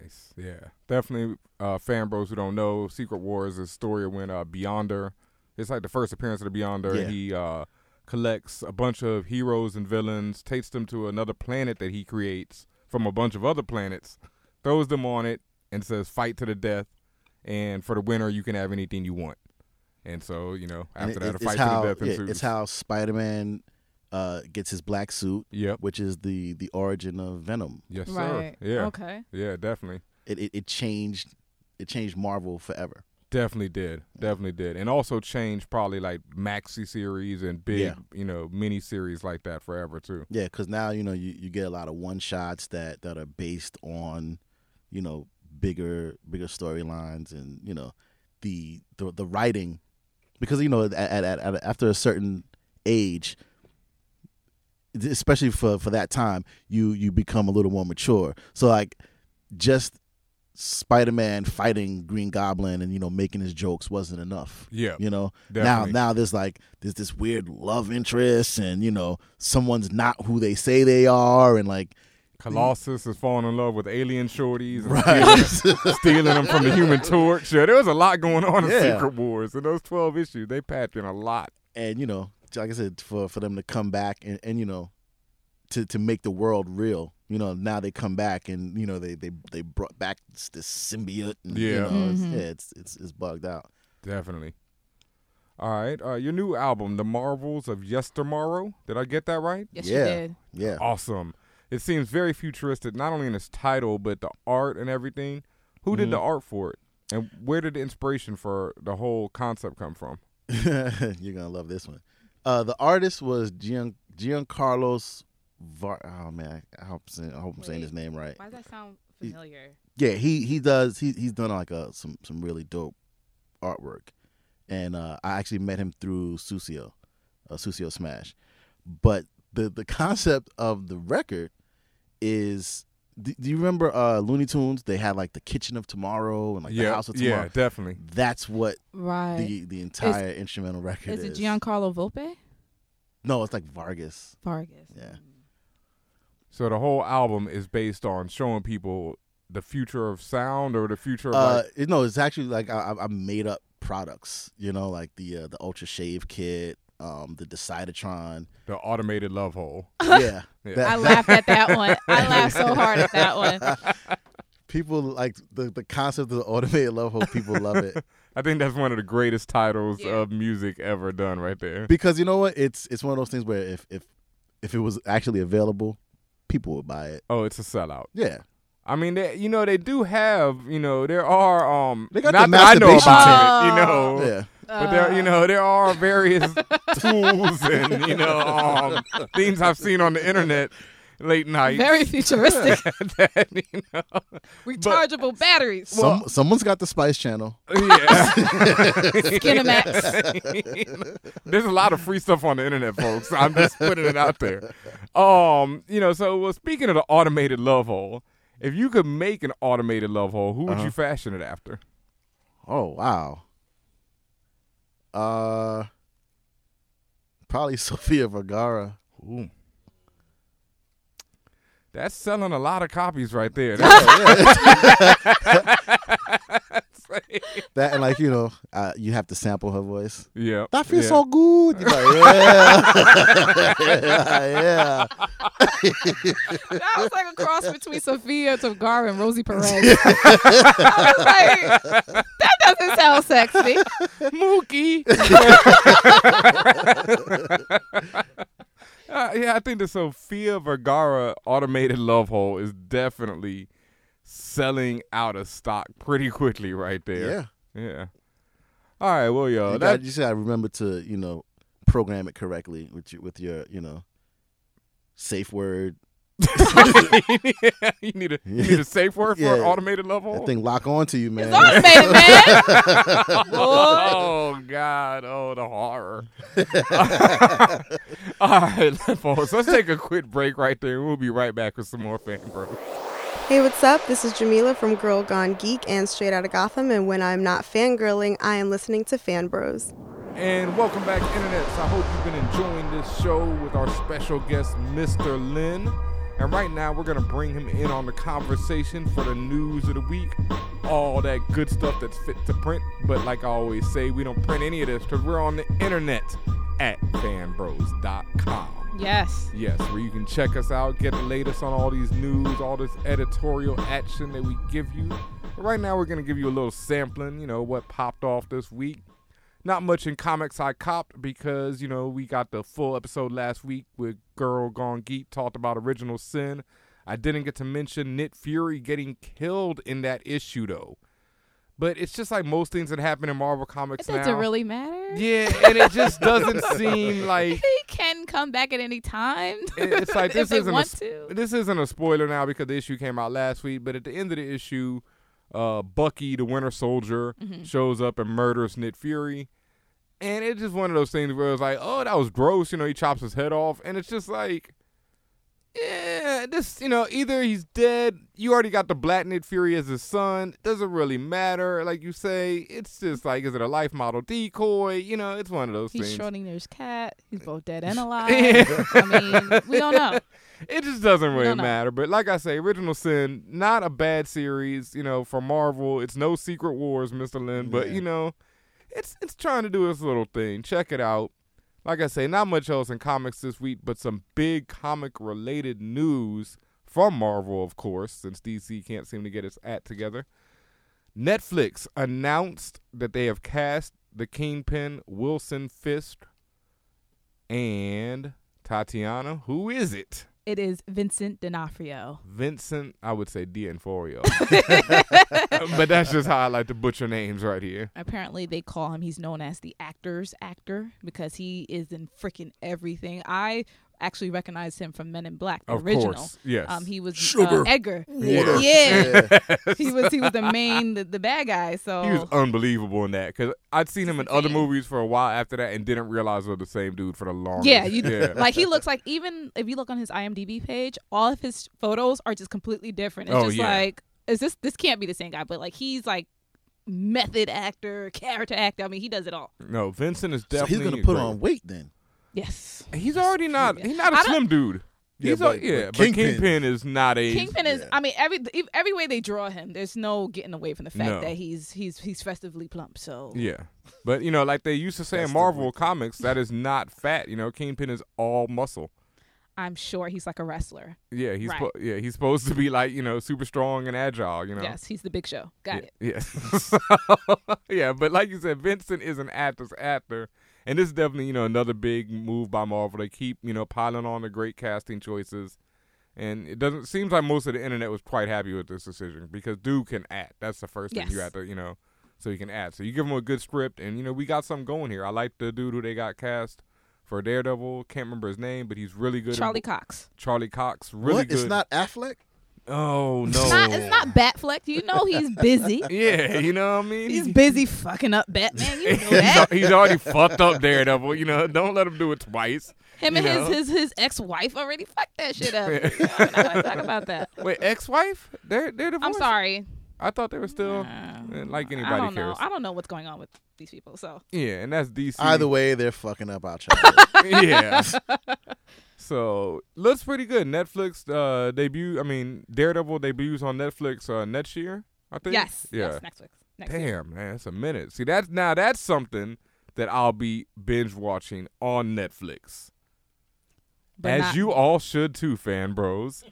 S2: Nice. Yeah. Definitely uh fan bros who don't know, Secret Wars is a story when uh Beyonder it's like the first appearance of the Beyonder.
S4: Yeah.
S2: He uh collects a bunch of heroes and villains, takes them to another planet that he creates from a bunch of other planets, throws them on it and says fight to the death and for the winner you can have anything you want. And so, you know,
S4: And
S2: after
S4: it-
S2: that a
S4: it's
S2: fight
S4: how-
S2: to the death
S4: yeah,
S2: ensues.
S4: It's how Spider Man uh, gets his black suit,
S2: Yep.
S4: which is the the origin of Venom.
S2: Yes,
S1: right.
S2: sir. Yeah.
S1: Okay.
S2: Yeah, definitely.
S4: It, it it changed it changed Marvel forever.
S2: Definitely did. Definitely did. And also changed probably like maxi series and big,
S4: Yeah.
S2: you know, mini series like that forever too.
S4: Yeah, because now you know you, you get a lot of one shots that that are based on, you know, bigger bigger storylines and you know, the the, the writing, because you know at, at, at, at after a certain age, especially for for that time, you you become a little more mature. So like, just Spider Man fighting Green Goblin and you know making his jokes wasn't enough.
S2: Yeah.
S4: You know,
S2: Definitely.
S4: now now there's like there's this weird love interest, and you know someone's not who they say they are, and like
S2: Colossus is falling in love with alien shorties and
S4: right,
S2: stealing, stealing them from the human torch. Yeah, there was a lot going on in
S4: Yeah.
S2: Secret Wars. And those twelve issues, they packed in a lot.
S4: and you know, like I said, for for them to come back and, and you know, to to make the world real, you know, now they come back and you know they they they brought back this, this symbiote. And, you
S2: Yeah.
S4: know,
S1: Mhm.
S4: it's, yeah, it's it's it's bugged out.
S2: Definitely. All right. Uh, your new album, The Marvels of Yestermorrow. Did I get that right?
S1: Yes,
S4: Yeah.
S1: you did.
S4: Yeah,
S2: Awesome. It seems very futuristic, not only in its title but the art and everything. Who did the
S4: Mm-hmm.
S2: art for it, and where did the inspiration for the whole concept come from?
S4: you're gonna love this one. Uh, the artist was Gian Giancarlos. Var- oh man, I hope I'm saying, I hope I'm saying his name right.
S1: Why does that sound
S4: He-
S1: familiar?
S4: yeah he he does he, he's done like a some some really dope artwork and uh i actually met him through susio uh, susio smash but the the concept of the record is do, do you remember uh looney tunes they had like the kitchen of tomorrow and like the house of tomorrow
S2: yeah, definitely.
S4: that's what
S1: Right.
S4: the the entire instrumental record
S1: Is
S4: is
S1: it Giancarlo Volpe?
S4: no it's like vargas
S1: Vargas.
S4: Yeah.
S2: So the whole album is based on showing people the future of sound or the future of
S4: uh
S2: like,
S4: it- no it's actually like I, I- I made up products you know like the uh, the ultra shave kit um the decidetron
S2: the automated love hole.
S4: yeah.
S2: Yeah.
S4: That-
S1: I laughed at that one. I laughed so hard at that one.
S4: people like the, the concept of the automated love hole. People love it
S2: I think that's one of the greatest titles
S1: Yeah.
S2: of music ever done, right there.
S4: because you know what? It's it's one of those things where if if if it was actually available, people would buy it.
S2: Oh, it's a sellout.
S4: Yeah,
S2: I mean, they, you know, they do have, you know, there are um,
S4: They got
S2: not
S4: the
S2: that I know
S4: masturbation
S2: about it, you
S1: tape.
S2: know,
S4: yeah.
S2: But there, you know, there are various tools and you know um, things I've seen on the internet late night.
S1: Very futuristic.
S2: that, you know,
S1: Rechargeable batteries.
S4: Some someone's got the Spice Channel.
S2: yeah.
S1: Skinamax.
S2: There's a lot of free stuff on the internet, folks. I'm just putting it out there. Um, you know, so well, speaking of the automated love hole, if you could make an automated love hole, who would
S4: Uh-huh.
S2: you fashion it after?
S4: Oh wow. Uh, probably Sofia Vergara.
S2: That's selling a lot of copies right there. That's-
S4: That and like you know, uh, you have to sample her voice.
S2: yeah.
S4: That feels
S2: yeah.
S4: so good. You're like, yeah, yeah,
S1: That was like a cross between Sophia Vergara and Rosie Perez. I was like, that doesn't sound sexy.
S2: Mookie. Uh, yeah, I think the Sophia Vergara automated love hole is definitely selling out of stock pretty quickly right
S4: yeah.
S2: there. Yeah. Yeah. All right, well, y'all.
S4: you,
S2: that-
S4: got, you just gotta remember to you know program it correctly with your, with your you know safe word.
S2: you need a you need a safe word for an
S4: Yeah.
S2: automated love hole.
S4: That thing lock onto you, man.
S1: It's automated, man. Boy.
S2: Oh God! Oh, the horror! All right, folks. Let's take a quick break right there. We'll be right back with some more fan bros.
S6: Hey, what's up? This is Jamila from Girl Gone Geek and Straight Outta Gotham, and when I'm not fangirling, I am listening to Fan Bros.
S2: And welcome back, internets. I hope you've been enjoying this show with our special guest, Mr. Lynn. And right now, we're going to bring him in on the conversation for the news of the week, all that good stuff that's fit to print. But like I always say, we don't print any of this because we're on the internet at fanbros.com.
S1: Yes.
S2: Yes, where you can check us out, get the latest on all these news, all this editorial action that we give you. But right now, we're going to give you a little sampling, you know, what popped off this week. Not much in comics I copped because, you know, we got the full episode last week with Girl Gone Geek, talked about Original Sin. I didn't get to mention Nick Fury getting killed in that issue, though. But it's just like most things that happen in Marvel Comics
S1: It doesn't
S2: now.
S1: really matter.
S2: yeah, and it just doesn't seem like
S1: He can come back at any time.
S2: it- it's like
S1: if
S2: this
S1: they
S2: isn't a,
S1: want
S2: sp-
S1: to.
S2: this isn't a spoiler now because the issue came out last week. But at the end of the issue, uh, Bucky the Winter Soldier shows up and murders Nick Fury, and it's just one of those things where it's like, oh, that was gross. You know, he chops his head off, and it's just like. Yeah, this you know either he's dead. You already got the Black Nick Fury as his son. Doesn't really matter, like you say. It's just like is it a life model decoy? You know, it's one of those
S1: He's
S2: things.
S1: Schrodinger's cat. He's both dead and alive. I mean, we don't know.
S2: It just doesn't really
S1: don't know.
S2: matter. But like I say, Original Sin, not a bad series, you know, for Marvel. It's no Secret Wars, Mr. Lin, but
S4: Yeah.
S2: you know, it's it's trying to do its little thing. Check it out. Like I say, not much else in comics this week, but some big comic related news from Marvel, of course, since DC can't seem to get its act together. Netflix announced that they have cast the Kingpin Wilson Fisk and Tatiana. Who is it?
S1: It is Vincent D'Onofrio.
S2: Vincent, I would say D'Onofrio. but that's just how I like to butcher names right here.
S1: Apparently, they call him. He's known as the actor's actor because he is in freaking everything. I actually recognized him from Men in Black, the
S2: Of
S1: original.
S2: course, yes.
S1: Um, he was uh,
S3: Sugar.
S1: Edgar.
S4: Water.
S1: Yeah, he was. He was the main, the, the bad guy. So
S2: He was unbelievable in that because I'd seen him in
S1: Just a
S2: other
S1: fan.
S2: movies for a while after that and didn't realize they were the same dude for the longest.
S1: Yeah, you like he looks like even if you look on his IMDb page, all of his photos are just completely different. It's
S2: Oh,
S1: just
S2: yeah.
S1: like is this this can't be the same guy, but like he's like method actor, character actor. I mean, he does it all.
S2: no, Vincent is
S4: So
S2: definitely.
S4: he's gonna put
S2: great.
S4: on weight then.
S1: Yes.
S2: He's already not. He's not
S1: I
S2: a
S1: don't-
S2: slim dude.
S4: Yeah,
S2: He's a-
S4: but-
S2: yeah,
S4: but
S2: but
S4: Kingpin-
S2: Kingpin is not a.
S1: Kingpin is
S4: yeah.
S1: I mean every ev- every way they draw him, there's no getting away from the fact
S2: No.
S1: that he's he's he's festively plump. So
S2: Yeah. But you know, like they used to say in
S4: That's the
S2: Marvel
S4: weird
S2: comics, that is not fat. You know, Kingpin is all muscle.
S1: I'm sure he's like a wrestler.
S2: Yeah, he's
S1: Right.
S2: po- yeah he's supposed to be like you know super strong and agile. You know.
S1: Yes, he's the big show. Got it.
S2: yeah, Yes. So, yeah, but like you said, Vincent is an actor's actor. And this is definitely, you know, another big move by Marvel. They keep, you know, piling on the great casting choices. And it doesn't seems like most of the internet was quite happy with this decision because dude can act. That's the first thing you
S1: Yes.
S2: have to, you know, so he can act. So you give him a good script and you know, we got something going here. I like the dude who they got cast for Daredevil. Can't remember his name, but he's really good. in-
S1: Charlie Cox.
S2: Charlie Cox, really
S4: what?
S2: good.
S4: It's not Affleck.
S2: Oh no.
S1: It's not it's not Batfleck. You know he's busy.
S2: yeah, you know what I mean?
S1: He's busy fucking up Batman. You know
S2: he's,
S1: that.
S2: al- he's already fucked up Daredevil. You know, don't let him do it twice.
S1: Him and
S2: you know?
S1: his his his ex wife already fucked that shit up. You know, we're not gonna talk about that.
S2: Wait, ex-wife? They're they're
S1: I'm
S2: divorced.
S1: sorry.
S2: I thought they were still
S1: Uh,
S2: eh, like
S1: I
S2: anybody
S1: don't know.
S2: cares.
S1: I don't know what's going on with these people. So
S2: Yeah, and that's DC.
S4: Either way, they're fucking up our child.
S2: yeah. so looks pretty good. Netflix uh, debut. I mean, Daredevil debuts on Netflix uh, next year. I think.
S1: yes,
S2: Yeah.
S1: yes, next week. Next week.
S2: Damn, man, that's a minute. See, that's now that's something that I'll be binge watching on Netflix.
S1: But
S2: As
S1: not-
S2: you all should too, fan bros.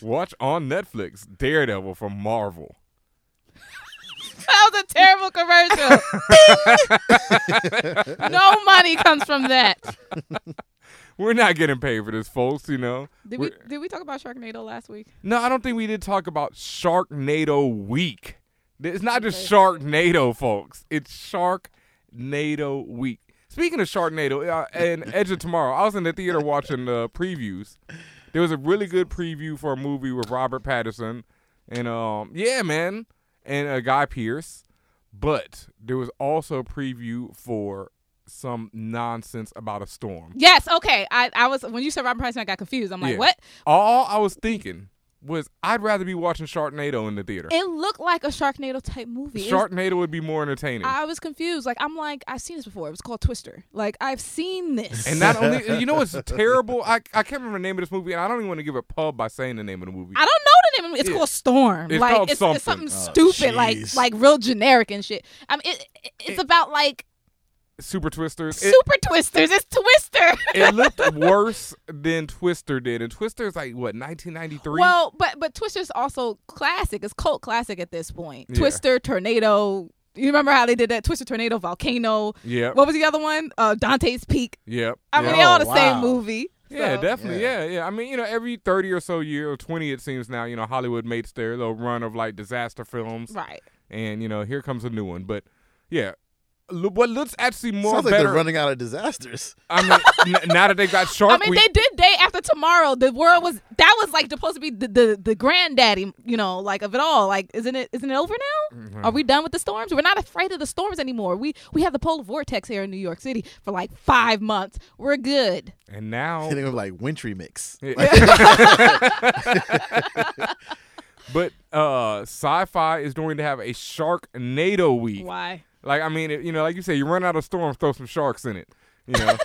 S2: Watch on Netflix Daredevil from Marvel.
S1: that was a terrible commercial. Ding! no money comes from that.
S2: We're not getting paid for this, folks, you know.
S1: Did we did we talk about Sharknado last week?
S2: No, I don't think we did talk about Sharknado Week. It's not just Sharknado, folks. It's Sharknado Week. Speaking of Sharknado uh, and Edge of Tomorrow, I was in the theater watching the previews. There was a really good preview for a movie with Robert Pattinson and um yeah, man, and a guy Pierce. But there was also a preview for some nonsense about a storm.
S1: Yes. Okay. I, I was when you said Robert Pattinson, I got confused. I'm like,
S2: Yeah.
S1: what?
S2: All I was thinking was I'd rather be watching Sharknado in the theater.
S1: It looked like a Sharknado type movie. It was-
S2: Sharknado would be more entertaining.
S1: I was confused. Like I'm like I've seen this before. It was called Twister. Like I've seen this.
S2: and not only, you know what's terrible? I, I can't remember the name of this movie, and I don't even want to give a pub by saying the name of the movie.
S1: I don't know the name of it. It's
S2: Yeah.
S1: called Storm.
S2: It's
S1: like
S2: called
S1: it's, it's
S2: something.
S1: something
S4: Oh,
S1: stupid, like
S4: jeez.
S1: like real generic and shit. I mean, it, it- it's about like
S2: Super Twisters. It,
S1: super twisters. It's Twister.
S2: it looked worse than Twister did, and Twister's like what 1993.
S1: well, but but Twister's also classic. It's cult classic at this point.
S2: Yeah.
S1: Twister, tornado. You remember how they did that? Twister, tornado, volcano.
S2: yep,
S1: What was the other one? Uh, Dante's Peak.
S2: yep.
S1: I mean,
S2: yep.
S1: they all
S4: Oh,
S1: the same
S4: wow.
S1: movie.
S2: Yeah,
S1: so.
S2: definitely.
S4: Yeah.
S2: Yeah. yeah, I mean, you know, every thirty or so year or twenty, it seems now, you know, Hollywood makes their little run of like disaster films,
S1: Right.
S2: and you know, here comes a new one. But yeah, L- what looks actually more
S4: Sounds like
S2: better.
S4: they're running out of disasters.
S2: I mean, n- now that they got Shark
S1: I mean,
S2: Week,
S1: they did Day After Tomorrow. The world was that was like supposed to be the, the the granddaddy, you know, like of it all. Like, isn't it isn't it over now?
S4: Mm-hmm.
S1: Are we done with the storms? We're not afraid of the storms anymore. We we had the polar vortex here in New York City for like five months. We're good.
S2: and now
S4: And they were like wintry mix.
S2: But uh, sci-fi is going to have a shark NATO week.
S1: Why?
S2: Like I mean, it, you know, like you say, you run out of storms, throw some sharks in it. You know,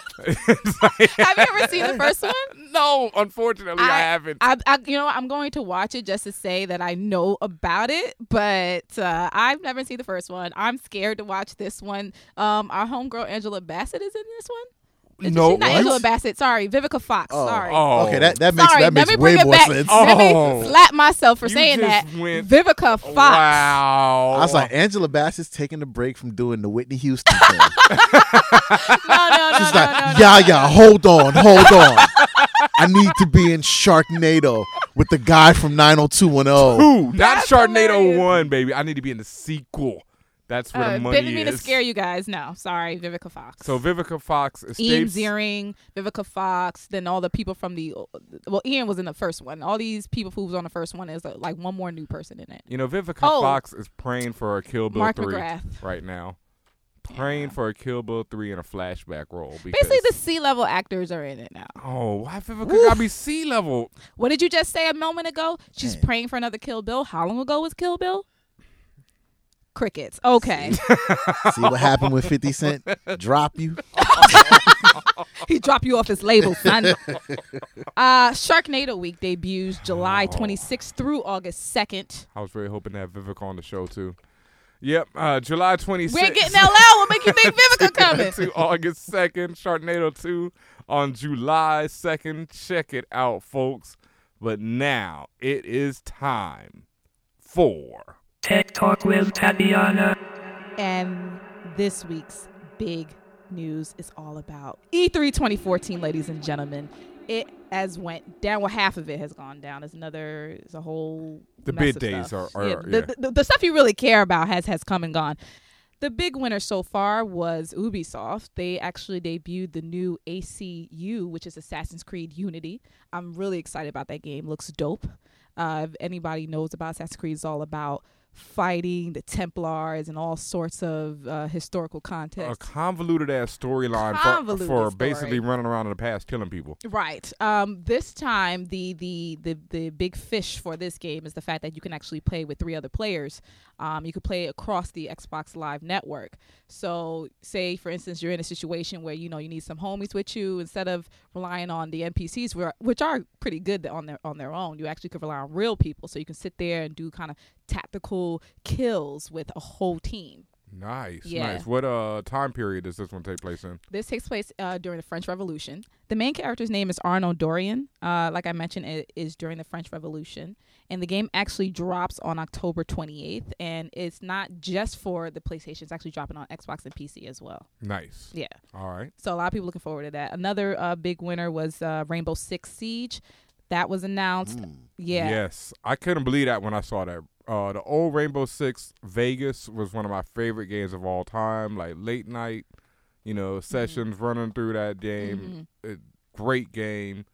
S1: Have you ever seen the first one?
S2: no, unfortunately, I, haven't.
S1: I, I, you know, what, I'm going to watch it just to say that I know about it, but uh, I've never seen the first one. I'm scared to watch this one. Um, our homegirl Angela Bassett is in this one. Is
S2: No,
S1: she's not
S4: what?
S1: Angela Bassett. Sorry, Vivica Fox.
S4: Oh.
S1: Sorry.
S2: oh,
S4: Okay, that, that makes
S1: Sorry,
S4: that
S1: let
S4: makes
S1: me
S4: way
S1: bring it
S4: more
S1: back.
S4: sense.
S1: Let
S2: Oh.
S1: me slap myself for
S2: You
S1: saying
S2: just
S1: that.
S2: went-
S1: Vivica Fox.
S2: wow.
S4: I was like, Angela Bass is taking a break from doing the Whitney Houston thing.
S1: No, no, no,
S4: She's
S1: no, no,
S4: like, yeah, yeah, hold on, hold on. I need to be in Sharknado with the guy from 90210.
S2: Ooh, not
S1: That's
S2: Sharknado
S1: hilarious.
S2: one, baby. I need to be in the sequel. That's where
S1: Uh,
S2: the money
S1: didn't mean
S2: is.
S1: to scare you guys. No, sorry, Vivica Fox.
S2: So Vivica Fox
S1: Ian
S2: escapes.
S1: Ziering, Vivica Fox, then all the people from the well, Ian was in the first one. All these people who was on the first one is uh, like one more new person in it.
S2: You know, Vivica
S1: Oh.
S2: Fox is praying for a Kill Bill
S1: Mark
S2: three
S1: McGrath.
S2: right now. Praying for a Kill Bill three in a flashback role. Because,
S1: Basically, the C level actors are in it now.
S2: oh, why Vivica gotta be sea level?
S1: What did you just say a moment ago? She's praying for another Kill Bill. How long ago was Kill Bill? Crickets. Okay,
S4: See what happened with 50 Cent? Drop you.
S1: he dropped you off his label, son. uh, Sharknado Week debuts July 26th through August 2nd.
S2: I was very hoping to have Vivica on the show too. Yep, uh, July 26th.
S1: We're getting LL. What make you think Vivica coming?
S2: to August 2nd, Sharknado 2 on July 2nd. Check it out, folks. But now it is time for.
S7: Tech Talk with Tatiana.
S1: And this week's big news is all about E E3 2014, ladies and gentlemen. It has went down. Well, half of it has gone down. There's another. It's a whole.
S2: The
S1: mess
S2: bid
S1: of
S2: days
S1: stuff.
S2: are- are-
S1: the,
S2: yeah.
S1: the- the stuff you really care about has has come and gone. The big winner so far was Ubisoft. They actually debuted the new ACU, which is Assassin's Creed Unity. I'm really excited about that game. Looks dope. Uh, if anybody knows about Assassin's Creed, it's all about fighting the Templars and all sorts of uh, historical context.
S2: A convoluted ass storyline for,
S1: Convoluted
S2: for
S1: story.
S2: basically running around in the past killing people.
S1: Right. Um, this time, the, the the the big fish for this game is the fact that you can actually play with three other players. Um, you could play across the Xbox Live network. So, say for instance, you're in a situation where you know you need some homies with you instead of relying on the NPCs, where- which are pretty good on their on their own. You actually could rely on real people, so you can sit there and do kind of tactical kills with a whole team.
S2: Nice,
S1: Yeah.
S2: nice. What uh time period does this one take place in?
S1: This takes place uh, during the French Revolution. The main character's name is Arnold Dorian. Uh, like I mentioned, it is during the French Revolution. And the game actually drops on October 28th. And it's not just for the PlayStation, it's actually dropping on Xbox and PC as well.
S2: Nice.
S1: Yeah.
S2: All right.
S1: So a lot of people looking forward to that. Another uh, big winner was uh, Rainbow Six Siege. That was announced. Yeah.
S2: Yes, I couldn't believe that when I saw that. Uh, the old Rainbow Six Vegas was one of my favorite games of all time. Like late night,
S1: Mm-hmm.
S2: you know, sessions running through that game. A great game.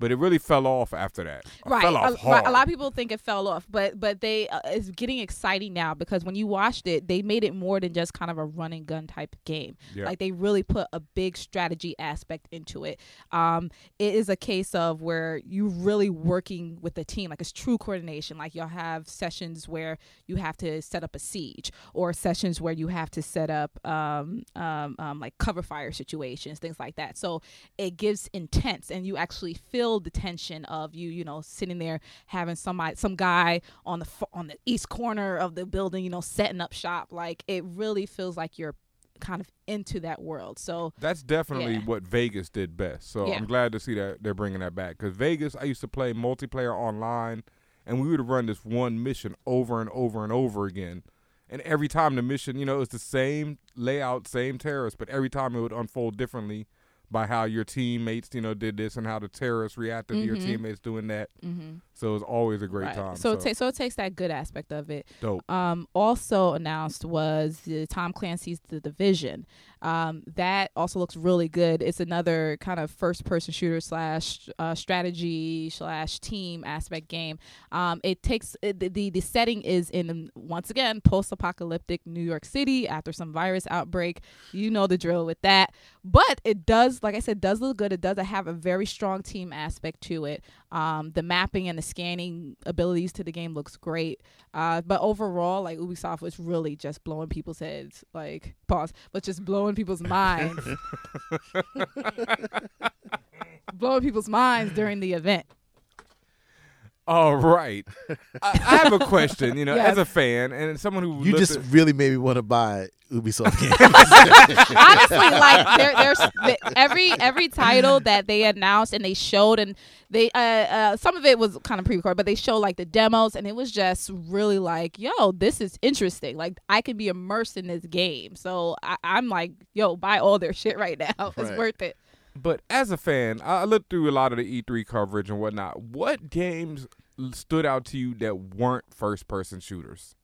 S2: but it really fell off after that. Or
S1: right.
S2: Fell
S1: a,
S2: off
S1: lot-
S2: hard.
S1: a lot of people think it fell off, but but they uh, it's getting exciting now because when you watched it, they made it more than just kind of a run and gun type game.
S2: Yeah.
S1: Like they really put a big strategy aspect into it. Um, it is a case of where you really working with a team, like it's true coordination. Like y'all have sessions where you have to set up a siege, or sessions where you have to set up um, um, um, like cover fire situations, things like that. So it gives intense, and you actually feel the tension of you, you know, sitting there having somebody, some guy on the f- on the east corner of the building, you know, setting up shop. Like it really feels like you're kind of into that world. So
S2: That's definitely
S1: Yeah.
S2: what Vegas did best. So
S1: Yeah.
S2: I'm glad to see that they're bringing that back. Because Vegas, I used to play multiplayer online, and we would run this one mission over and over and over again. And every time the mission, you know, it's the same layout, same terrorists, but every time it would unfold differently by how your teammates, you know, did this and how the terrorists reacted to your
S1: Mhm.
S2: teammates doing that.
S1: mm-hmm.
S2: So it was always a great time.
S1: So,
S2: So,
S1: It ta- so it takes that good aspect of it.
S2: dope.
S1: Um, also announced was the Tom Clancy's The Division. Um, that also looks really good. It's another kind of first person shooter slash uh, strategy slash team aspect game. Um, it takes it, the- the the setting is in once again post apocalyptic New York City after some virus outbreak. You know the drill with that. But it does, like I said, does look good. It does have a very strong team aspect to it. Um, the mapping and the scanning abilities to the game looks great. Uh, but overall, like Ubisoft was really just blowing people's heads. Like pause, but just blowing people's minds, blowing people's minds during the event.
S2: All right. I, I have a question, you know,
S1: Yes.
S2: as a fan and as someone who
S4: You
S2: lived
S4: just
S2: it-
S4: really made me want to buy Ubisoft games.
S1: honestly like there, there's th- every every title that they announced and they showed and they uh, uh some of it was kind of pre-recorded but they showed like the demos and it was just really like yo this is interesting like i can be immersed in this game so I, i'm like yo buy all their shit right now it's
S4: Right.
S1: worth it
S2: But as a fan, I I looked through a lot of the E3 coverage and whatnot. What games l- stood out to you that weren't first person shooters?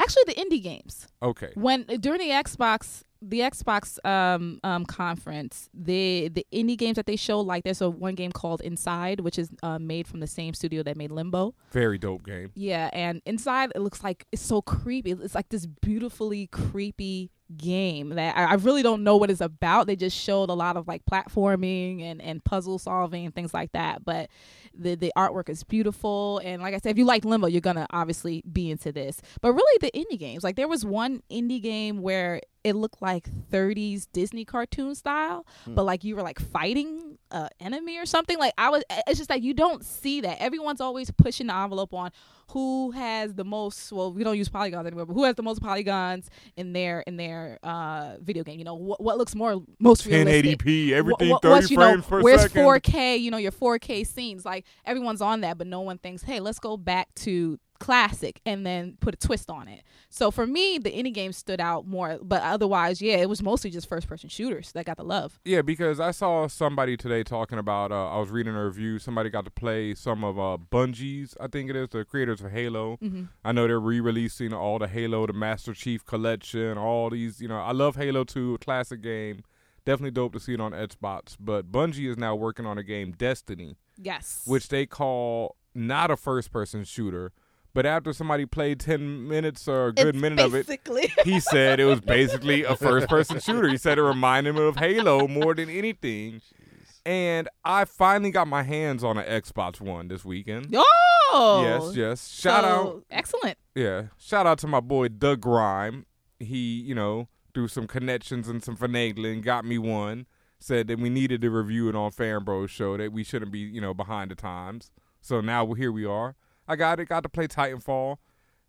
S1: actually the indie games
S2: Okay.
S1: when during the Xbox the Xbox um, um, conference, the the indie games that they show, like there's a one game called Inside, which is uh, made from the same studio that made Limbo.
S2: Very dope game.
S1: Yeah, and inside it looks like it's so creepy. It's like this beautifully creepy game that I, I really don't know what it's about. They just showed a lot of like platforming and, and puzzle solving and things like that. But the the artwork is beautiful and like I said, if you like Limbo, you're gonna obviously be into this. But really the indie games. Like there was one indie game where it looked like 30s Disney cartoon style, but like you were like fighting a enemy or something. Like I was, it's just like you don't see that. Everyone's always pushing the envelope on who has the most. Well, we don't use polygons anymore, but who has the most polygons in their in their uh, video game? You know what what looks more most realistic.
S2: 1080p, everything
S1: Wha- wha-
S2: 30
S1: what's, you know,
S2: frames per
S1: where's
S2: second.
S1: 4K, you know, your 4K scenes. Like everyone's on that, but no one thinks, hey, let's go back to classic and then put a twist on it. So for me, the indie game stood out more, but otherwise, yeah, it was mostly just first person shooters that got the love.
S2: Yeah, because I saw somebody today talking about. Uh, I was reading a review. Somebody got to play some of uh, Bungie's, I think it is, the creators of Halo. I know they're re-releasing all the Halo, the Master Chief Collection, all these. You know, I love Halo 2, a classic game. Definitely dope to see it on Xbox. But Bungie is now working on a game, Destiny,
S1: Yes.
S2: which they call not a first-person shooter. But after somebody played ten minutes or a good minute of it,
S1: Basically.
S2: he said it was basically a first person shooter. He said it reminded him of Halo more than anything. And I finally got my hands on an Xbox One this weekend.
S1: Oh.
S2: Yes, yes. Shout
S1: So,
S2: out
S1: Excellent.
S2: yeah. Shout out to my boy Doug Grime. He, you know, through some connections and some finagling, got me one. Said that we needed to review it on Fan Bros Show, that we shouldn't be, you know, behind the times. So now we're, here we are. I got it, got to play Titanfall.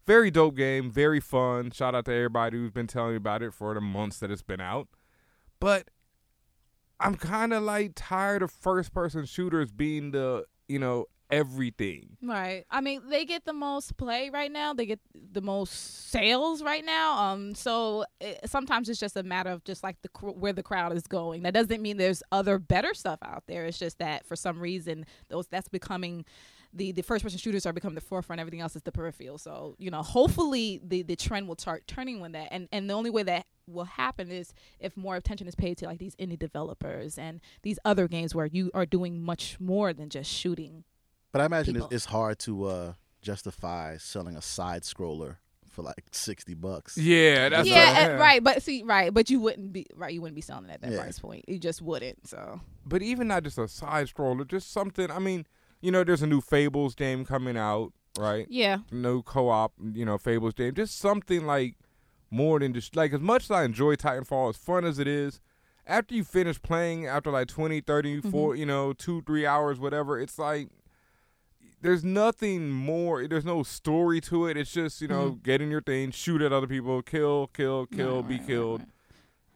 S2: Very dope game, very fun. Shout out to everybody who's been telling me about it for the months that it's been out. But I'm kind of like tired of first person shooters being the, you know, everything.
S1: Right. I mean, they get the most play right now. They get the most sales right now. Um, so it, sometimes it's just a matter of just like the cr- where the crowd is going. That doesn't mean there's other better stuff out there. It's just that for some reason those that's becoming the the first person shooters are becoming the forefront. Everything else is the peripheral. So you know, hopefully the the trend will start turning when that. And and the only way that will happen is if more attention is paid to like these indie developers and these other games where you are doing much more than just shooting.
S4: But I imagine it's,
S1: people.
S4: it's hard to uh, justify selling a side scroller for like sixty bucks.
S2: Yeah, that's
S1: yeah,
S2: what-
S1: and- right. But see, right, but you wouldn't be right. You wouldn't be selling it at that
S4: Yeah.
S1: price point. You just wouldn't. So
S2: But even not just a side scroller, just something. I mean, you know, there's a new Fables game coming out, right?
S1: yeah,
S2: no co-op, you know, Fables game. Just something like more than just like as much as I enjoy Titanfall, as fun as it is, after you finish playing after like 20, 30,
S1: Mm-hmm.
S2: 40, you know, 2, 3 hours whatever, it's like there's nothing more, there's no story to it. It's just, you know, getting your thing, shoot at other people, kill, kill,
S1: Mm-hmm.
S2: kill,
S1: Right,
S2: be
S1: right, right,
S2: killed.
S1: right.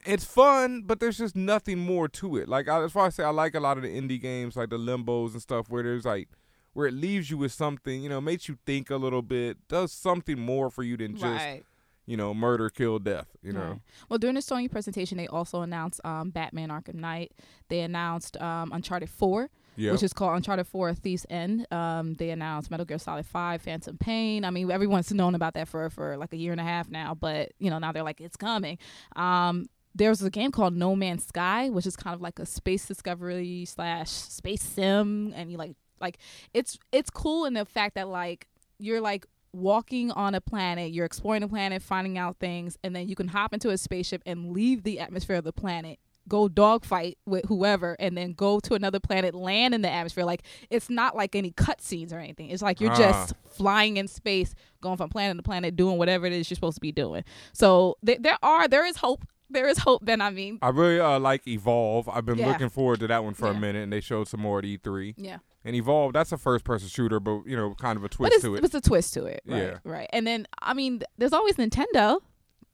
S2: It's fun, but there's just nothing more to it. Like I, that's why I say I like a lot of the indie games, like the Limbo's and stuff, where there's like where it leaves you with something, you know, makes you think a little bit, does something more for you than just,
S1: right.
S2: you know, murder, kill, death, you know.
S1: Right. Well, during the Sony presentation, they also announced um, Batman Arkham Knight. They announced um, Uncharted 4,
S2: Yeah.
S1: which is called Uncharted 4 A Thief's End. Um, they announced Metal Gear Solid 5, Phantom Pain. I mean, everyone's known about that for, for like a year and a half now, but, you know, now they're like, it's coming. Um, there's a game called No Man's Sky, which is kind of like a space discovery slash space sim, and you like like it's it's cool in the fact that like you're like walking on a planet, you're exploring the planet, finding out things, and then you can hop into a spaceship and leave the atmosphere of the planet, go dogfight with whoever, and then go to another planet, land in the atmosphere. Like it's not like any cutscenes or anything. It's like you're
S2: Ah.
S1: just flying in space, going from planet to planet, doing whatever it is you're supposed to be doing. So th- there are there is hope. There is hope. Then I mean,
S2: I really uh, like Evolve. I've been
S1: Yeah.
S2: looking forward to that one for
S1: Yeah.
S2: a minute, and they showed some more at E3.
S1: yeah.
S2: And Evolve, that's a first-person shooter, but you know, kind of a
S1: But
S2: twist
S1: it's,
S2: to it.
S1: it's a twist to it. Right,
S2: Yeah.
S1: Right. And then I mean, th- there's always Nintendo.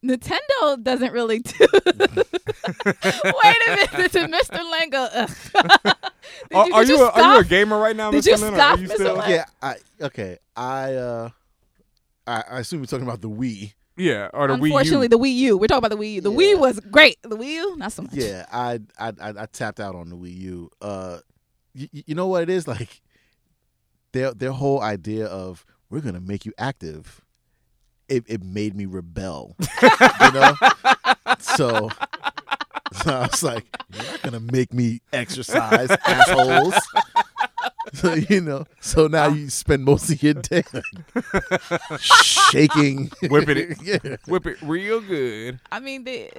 S1: Nintendo doesn't really do. Wait a minute, did Mr. Lango. Ugh. did
S2: Are, are
S1: did
S2: you a, are you a
S1: stop?
S2: gamer right now,
S1: Did
S2: Mr.
S1: you
S2: Leonard?
S1: stop,
S2: are you
S1: Mr.
S2: still?
S1: Leonard?
S4: Yeah. I okay. I uh, I, I assume you're talking about the Wii.
S2: Yeah, or the Wii
S1: Unfortunately,
S2: U.
S1: the Wii U. We're talking about the Wii U. The
S4: Yeah.
S1: Wii was great. The Wii U, not so much.
S4: Yeah. I I I, I tapped out on the Wii U. Uh, y- y- you know what it is like. Their their whole idea of we're gonna make you active. It it made me rebel. you know. So. So I was like, "You're not gonna make me exercise, assholes." So you know, so now you spend most of your day like, shaking,
S2: Whipping it.
S4: yeah.
S2: Whip it real good.
S1: I mean, they,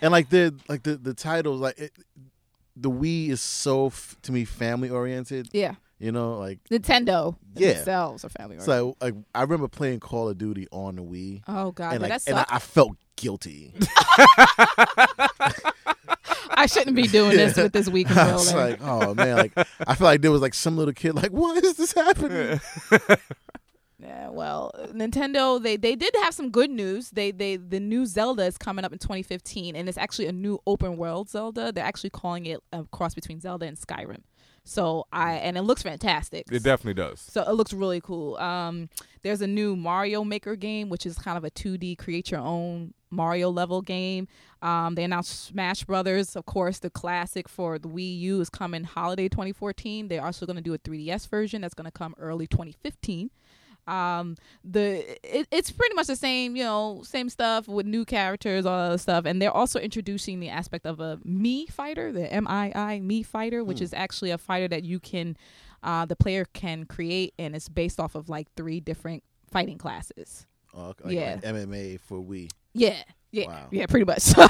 S4: and like the like the the titles like it, the Wii is so f- to me family oriented.
S1: yeah.
S4: You know, like
S1: Nintendo
S4: Yeah.
S1: themselves are family
S4: it's
S1: oriented.
S4: like, like I remember playing Call of Duty on the Wii,
S1: oh God,
S4: and
S1: did
S4: like
S1: that
S4: and I,
S1: suck?
S4: I felt guilty.
S1: I, shouldn't be doing this with this Wii
S4: I
S1: controller.
S4: was like, oh man, like I feel like there was like some little kid like, why is this happening?
S1: Yeah, well, Nintendo they they did have some good news. They they the new Zelda is coming up in 2015, and it's actually a new open world Zelda. They're actually calling it a cross between Zelda and Skyrim. So I and it looks fantastic.
S2: It definitely does.
S1: So it looks really cool. Um, there's a new Mario Maker game, which is kind of a 2D create your own Mario level game. Um, they announced Smash Brothers, of course, the classic for the Wii U is coming holiday 2014. They're also going to do a 3DS version that's going to come early 2015. Um, the it, it's pretty much the same, you know, same stuff with new characters, all that other stuff, and they're also introducing the aspect of a Mii fighter, the M I I Mii fighter, which is actually a fighter that you can uh, the player can create, and it's based off of like three different fighting classes.
S4: Oh, okay, like,
S1: Yeah.
S4: like MMA for Wii.
S1: Yeah, yeah,
S4: Wow.
S1: yeah, pretty much. So,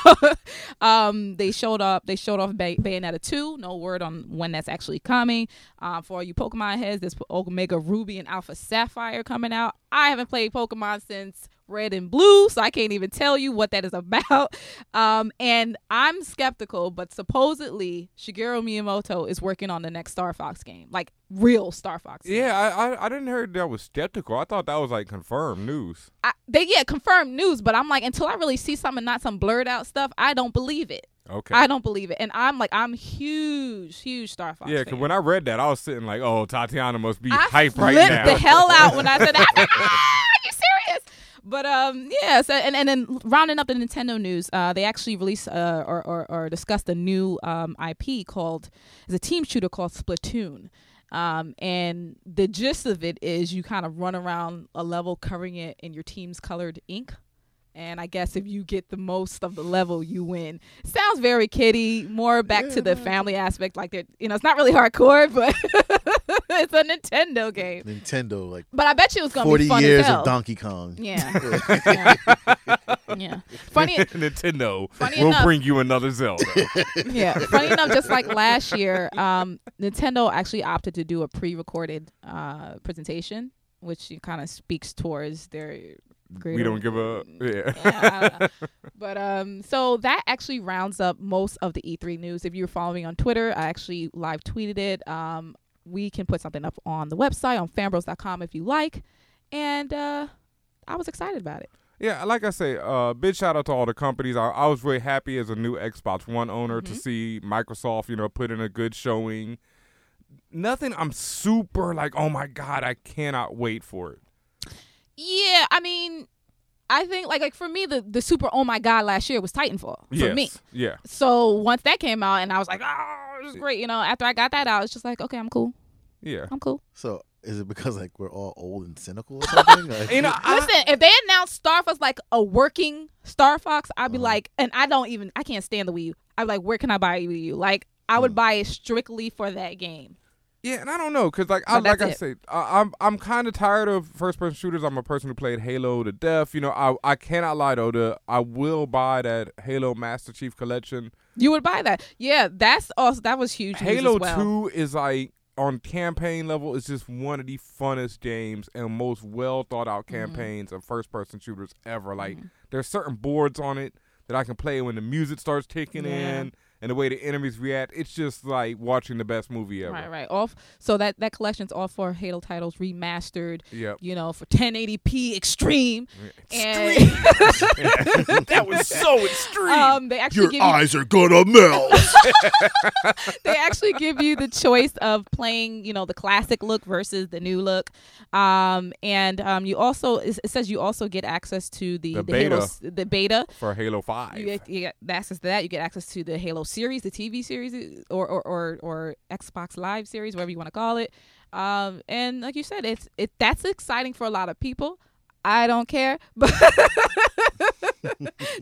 S1: um, they showed up. They showed off Bay- Bayonetta two. No word on when that's actually coming. Um, for all you Pokemon heads, there's Omega Ruby and Alpha Sapphire coming out. I haven't played Pokemon since Red and Blue, so I can't even tell you what that is about. Um, and I'm skeptical, but supposedly Shigeru Miyamoto is working on the next Star Fox game, like real Star Fox. game.
S2: Yeah, I, I I didn't hear that was skeptical. I thought that was like confirmed news.
S1: I, they yeah confirmed news, but I'm like until I really see something, not some blurred out stuff, I don't believe it.
S2: Okay.
S1: I don't believe it, and I'm like I'm huge, huge Star Fox.
S2: Yeah, because
S1: fan.
S2: when I read that, I was sitting like, "Oh, Tatiana must be
S1: I
S2: hype right
S1: flipped
S2: now."
S1: the hell out when I said that. I'm like, ah, are you serious? But um, yeah. So and, and then rounding up the Nintendo news, uh, they actually released uh, or, or or discussed a new um IP called is a team shooter called Splatoon. Um, and the gist of it is you kind of run around a level covering it in your team's colored ink And I guess if you get the most of the level, you win. Sounds very kiddie, more back to the family aspect. Like, they're, you know, it's not really hardcore, but it's a Nintendo game.
S4: Nintendo, like
S1: But I bet you it was going to
S4: forty
S1: be fun
S4: years
S1: as hell.
S4: of Donkey Kong.
S1: yeah. yeah. Yeah. Funny,
S2: Nintendo
S1: Funny
S2: will
S1: enough-
S2: bring you another Zelda.
S1: yeah. Funny enough, just like last year, um, Nintendo actually opted to do a pre-recorded uh, presentation, which kind of speaks towards their. Greater
S2: we don't give a yeah.
S1: Yeah, I don't know. but um, so that actually rounds up most of the E3 news. If you're following me on Twitter, I actually live tweeted it. Um, we can put something up on the website on fanbros.com if you like, and uh, I was excited about it.
S2: Yeah, like I say, uh, big shout out to all the companies. I, I was really happy as a new Xbox One owner
S1: Mm-hmm.
S2: to see Microsoft, you know, put in a good showing. Nothing I'm super like, oh my God, I cannot wait for it.
S1: Yeah, I mean, I think like like for me, the the super oh my god last year was Titanfall for
S2: yes.
S1: me.
S2: Yeah.
S1: So once that came out, and I was like, oh, it was great. You know, after I got that out, it's just like, okay, I'm cool.
S2: Yeah.
S1: I'm cool.
S4: So is it because like we're all old and cynical or something? Like,
S2: You know, I,
S1: Listen, if they announced Star Fox like a working Star Fox, I'd
S2: Uh-huh.
S1: be like, and I don't even, I can't stand the Wii U. I'm like, where can I buy a Wii U? Like, I
S2: Mm.
S1: would buy it strictly for that game.
S2: yeah, and I don't know, cause like I
S1: But
S2: like
S1: that's
S2: I
S1: it.
S2: say, I, I'm I'm kind of tired of first person shooters. I'm a person who played Halo to death. You know, I I cannot lie though. The I will buy that Halo Master Chief Collection.
S1: You would buy that, yeah. That's also that was huge. news
S2: Halo
S1: as well.
S2: 2 is like on campaign level is just one of the funnest games and most well thought
S1: Mm-hmm.
S2: out campaigns of first person shooters ever. Like there's certain boards on it that I can play when the music starts kicking
S1: Yeah.
S2: in and the way the enemies react. It's just like watching the best movie ever.
S1: Right, right. Off. So that that collection's all for Halo titles remastered.
S2: Yep. Mm,
S1: You know, for 1080p extreme. And-
S2: that was so extreme.
S1: Um, they actually
S4: Your
S1: give you,
S4: eyes are gonna melt.
S1: they actually give you the choice of playing, you know, the classic look versus the new look. Um, and um, you also it it says you also get access to the,
S2: The
S1: Halo,
S2: beta.
S1: s- the beta.
S2: For Halo 5.
S1: You get, you get access to that. You get access to the Halo series, the TV series, uh, or or or, or Xbox Live series, whatever you want to call it. Um, and like you said, it's it that's exciting for a lot of people. I don't care, but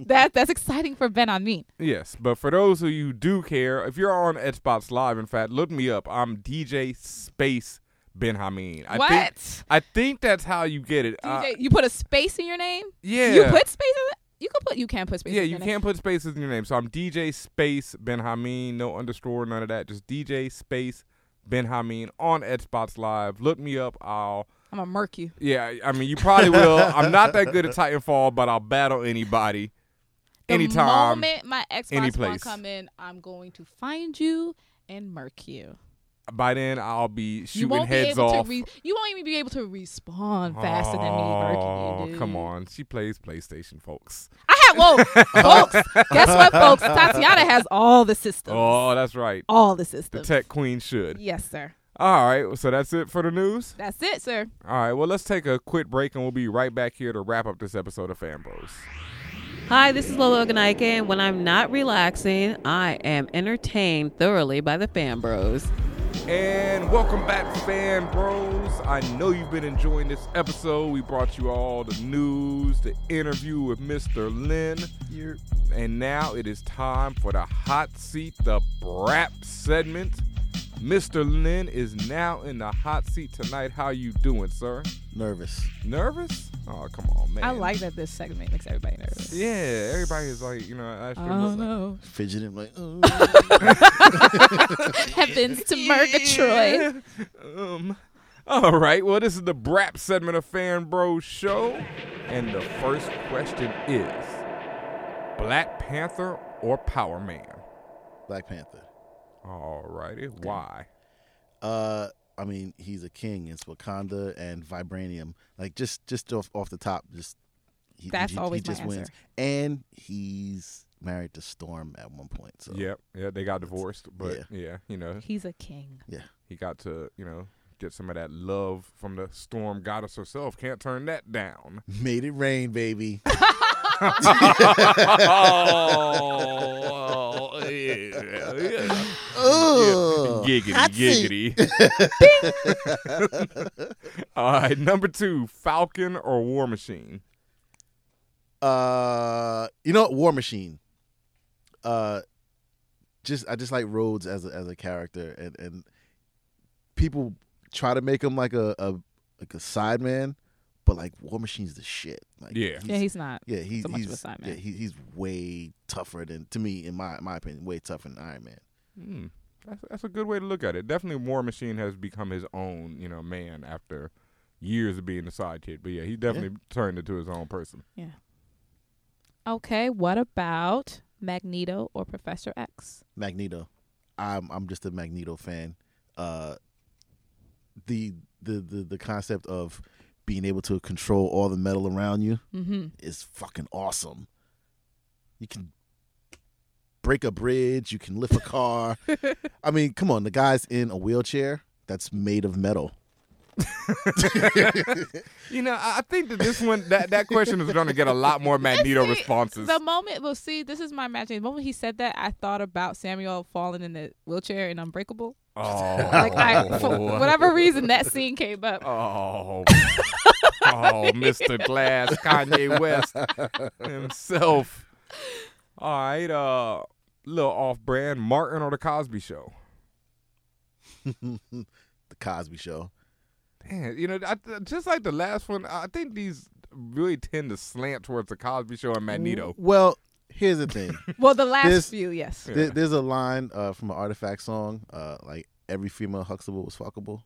S1: that that's exciting for Ben on me.
S2: Yes, but for those of you who do care, if you're on Xbox Live, in fact, look me up. I'm DJ Space Benjamin. I Think,
S1: What?
S2: I think that's how you get it. Uh,
S1: DJ, you put a space in your name.
S2: yeah.
S1: You put space in it. You could put. You can put space.
S2: yeah,
S1: in
S2: you
S1: your name.
S2: can't put spaces in your name. So I'm DJ Space Benjamin, no underscore, none of that. Just DJ Space Benjamin on Xbox Live. Look me up. I'll.
S1: I'm a murk you.
S2: Yeah, I mean, you probably will. I'm not that good at Titanfall, but I'll battle anybody,
S1: The
S2: anytime.
S1: moment my
S2: any
S1: Xbox One
S2: place.
S1: come in, I'm going to find you and murk you.
S2: By then, I'll be shooting
S1: you won't
S2: heads
S1: be able
S2: off.
S1: To re- you won't even be able to respond faster than me. Murky, dude.
S2: Oh, come on. She plays PlayStation, folks.
S1: I have whoa, folks. Guess what, folks? Tatiana has all the systems.
S2: Oh, that's right.
S1: All the
S2: The
S1: systems.
S2: tech queen should.
S1: yes, sir.
S2: All right. So that's it for the news.
S1: That's it, sir.
S2: All right. Well, let's take a quick break and we'll be right back here to wrap up this episode of Fan Bros.
S8: Hi, this is Lola Ganaike, and when I'm not relaxing, I am entertained thoroughly by the Fan Bros.
S2: And welcome back, Fan Bros. I know you've been enjoying this episode. We brought you all the news, the interview with Mr. Lynn. And now it is time for the hot seat, the brap segment. Mr. Lynn is now in the hot seat tonight. How you doing, sir?
S4: Nervous.
S2: Nervous? Oh, come on, man.
S1: I like that this segment makes everybody nervous.
S2: Yeah, everybody is like, you know, I
S1: I
S2: should
S1: don't
S2: look like-
S1: know.
S4: Fidgeting like. "Oh."
S1: Heavens to Murga Troy.
S2: Um, all right. Well, this is the Brap segment of Fan Bros Show, and the first question is: Black Panther or Power Man?
S4: Black Panther.
S2: All righty. Why?
S4: Uh, I mean, he's a king. It's Wakanda and vibranium. Like just just off off the top, just he,
S1: That's
S4: he,
S1: always
S4: he
S1: my
S4: just wins.
S1: answer.
S4: And he's married to Storm at one point. So
S2: Yep. Yeah, they got divorced, but
S4: Yeah.
S2: yeah. you know,
S1: He's a king.
S2: he got to, you know, get some of that love from the storm goddess herself. Can't turn that down.
S4: made it rain, baby.
S2: oh, yeah, yeah.
S4: Ugh.
S2: giggity, giggity. All right, number two, Falcon or War Machine.
S4: Uh, you know, what? War Machine. Uh, just I just like Rhodes as a, as a character, and and people try to make him like a, a like a sideman, but like War Machine's the shit. Like,
S2: Yeah.
S1: Yeah, he's not.
S4: yeah, he,
S1: so much of a
S4: he's
S1: sideman.
S4: yeah, he, he's way tougher than to me in my my opinion, way tougher than Iron Man.
S2: Hmm. That's, that's a good way to look at it. Definitely, War Machine has become his own, you know, man after years of being the sidekick. But yeah, he definitely turned into his own person.
S1: Okay, what about Magneto or Professor X?
S4: Magneto. I'm I'm just a Magneto fan. Uh, the the the the concept of being able to control all the metal around you
S1: Mm-hmm.
S4: is fucking awesome. You can break a bridge, you can lift a car. I mean, come on, the guy's in a wheelchair that's made of metal.
S2: You know, I I think that this one, that, that question is going to get a lot more Magneto
S1: See,
S2: responses.
S1: The moment, well, see, this is my imagination. The moment he said that, I thought about Samuel falling in the wheelchair in Unbreakable.
S2: oh,
S1: Like, I, for whatever reason, that scene came up.
S2: Oh, oh, Mr. Glass, Kanye West himself. All right, uh, little off-brand, Martin or the Cosby Show.
S4: The Cosby Show.
S2: Man, you know, I, just like the last one, I think these really tend to slant towards the Cosby Show and Magneto.
S4: Well, here's the thing.
S1: Well, the last
S4: This-
S1: few, yes.
S4: There, there's a line uh, from an Artifact song, uh, like every female Huxtable was fuckable.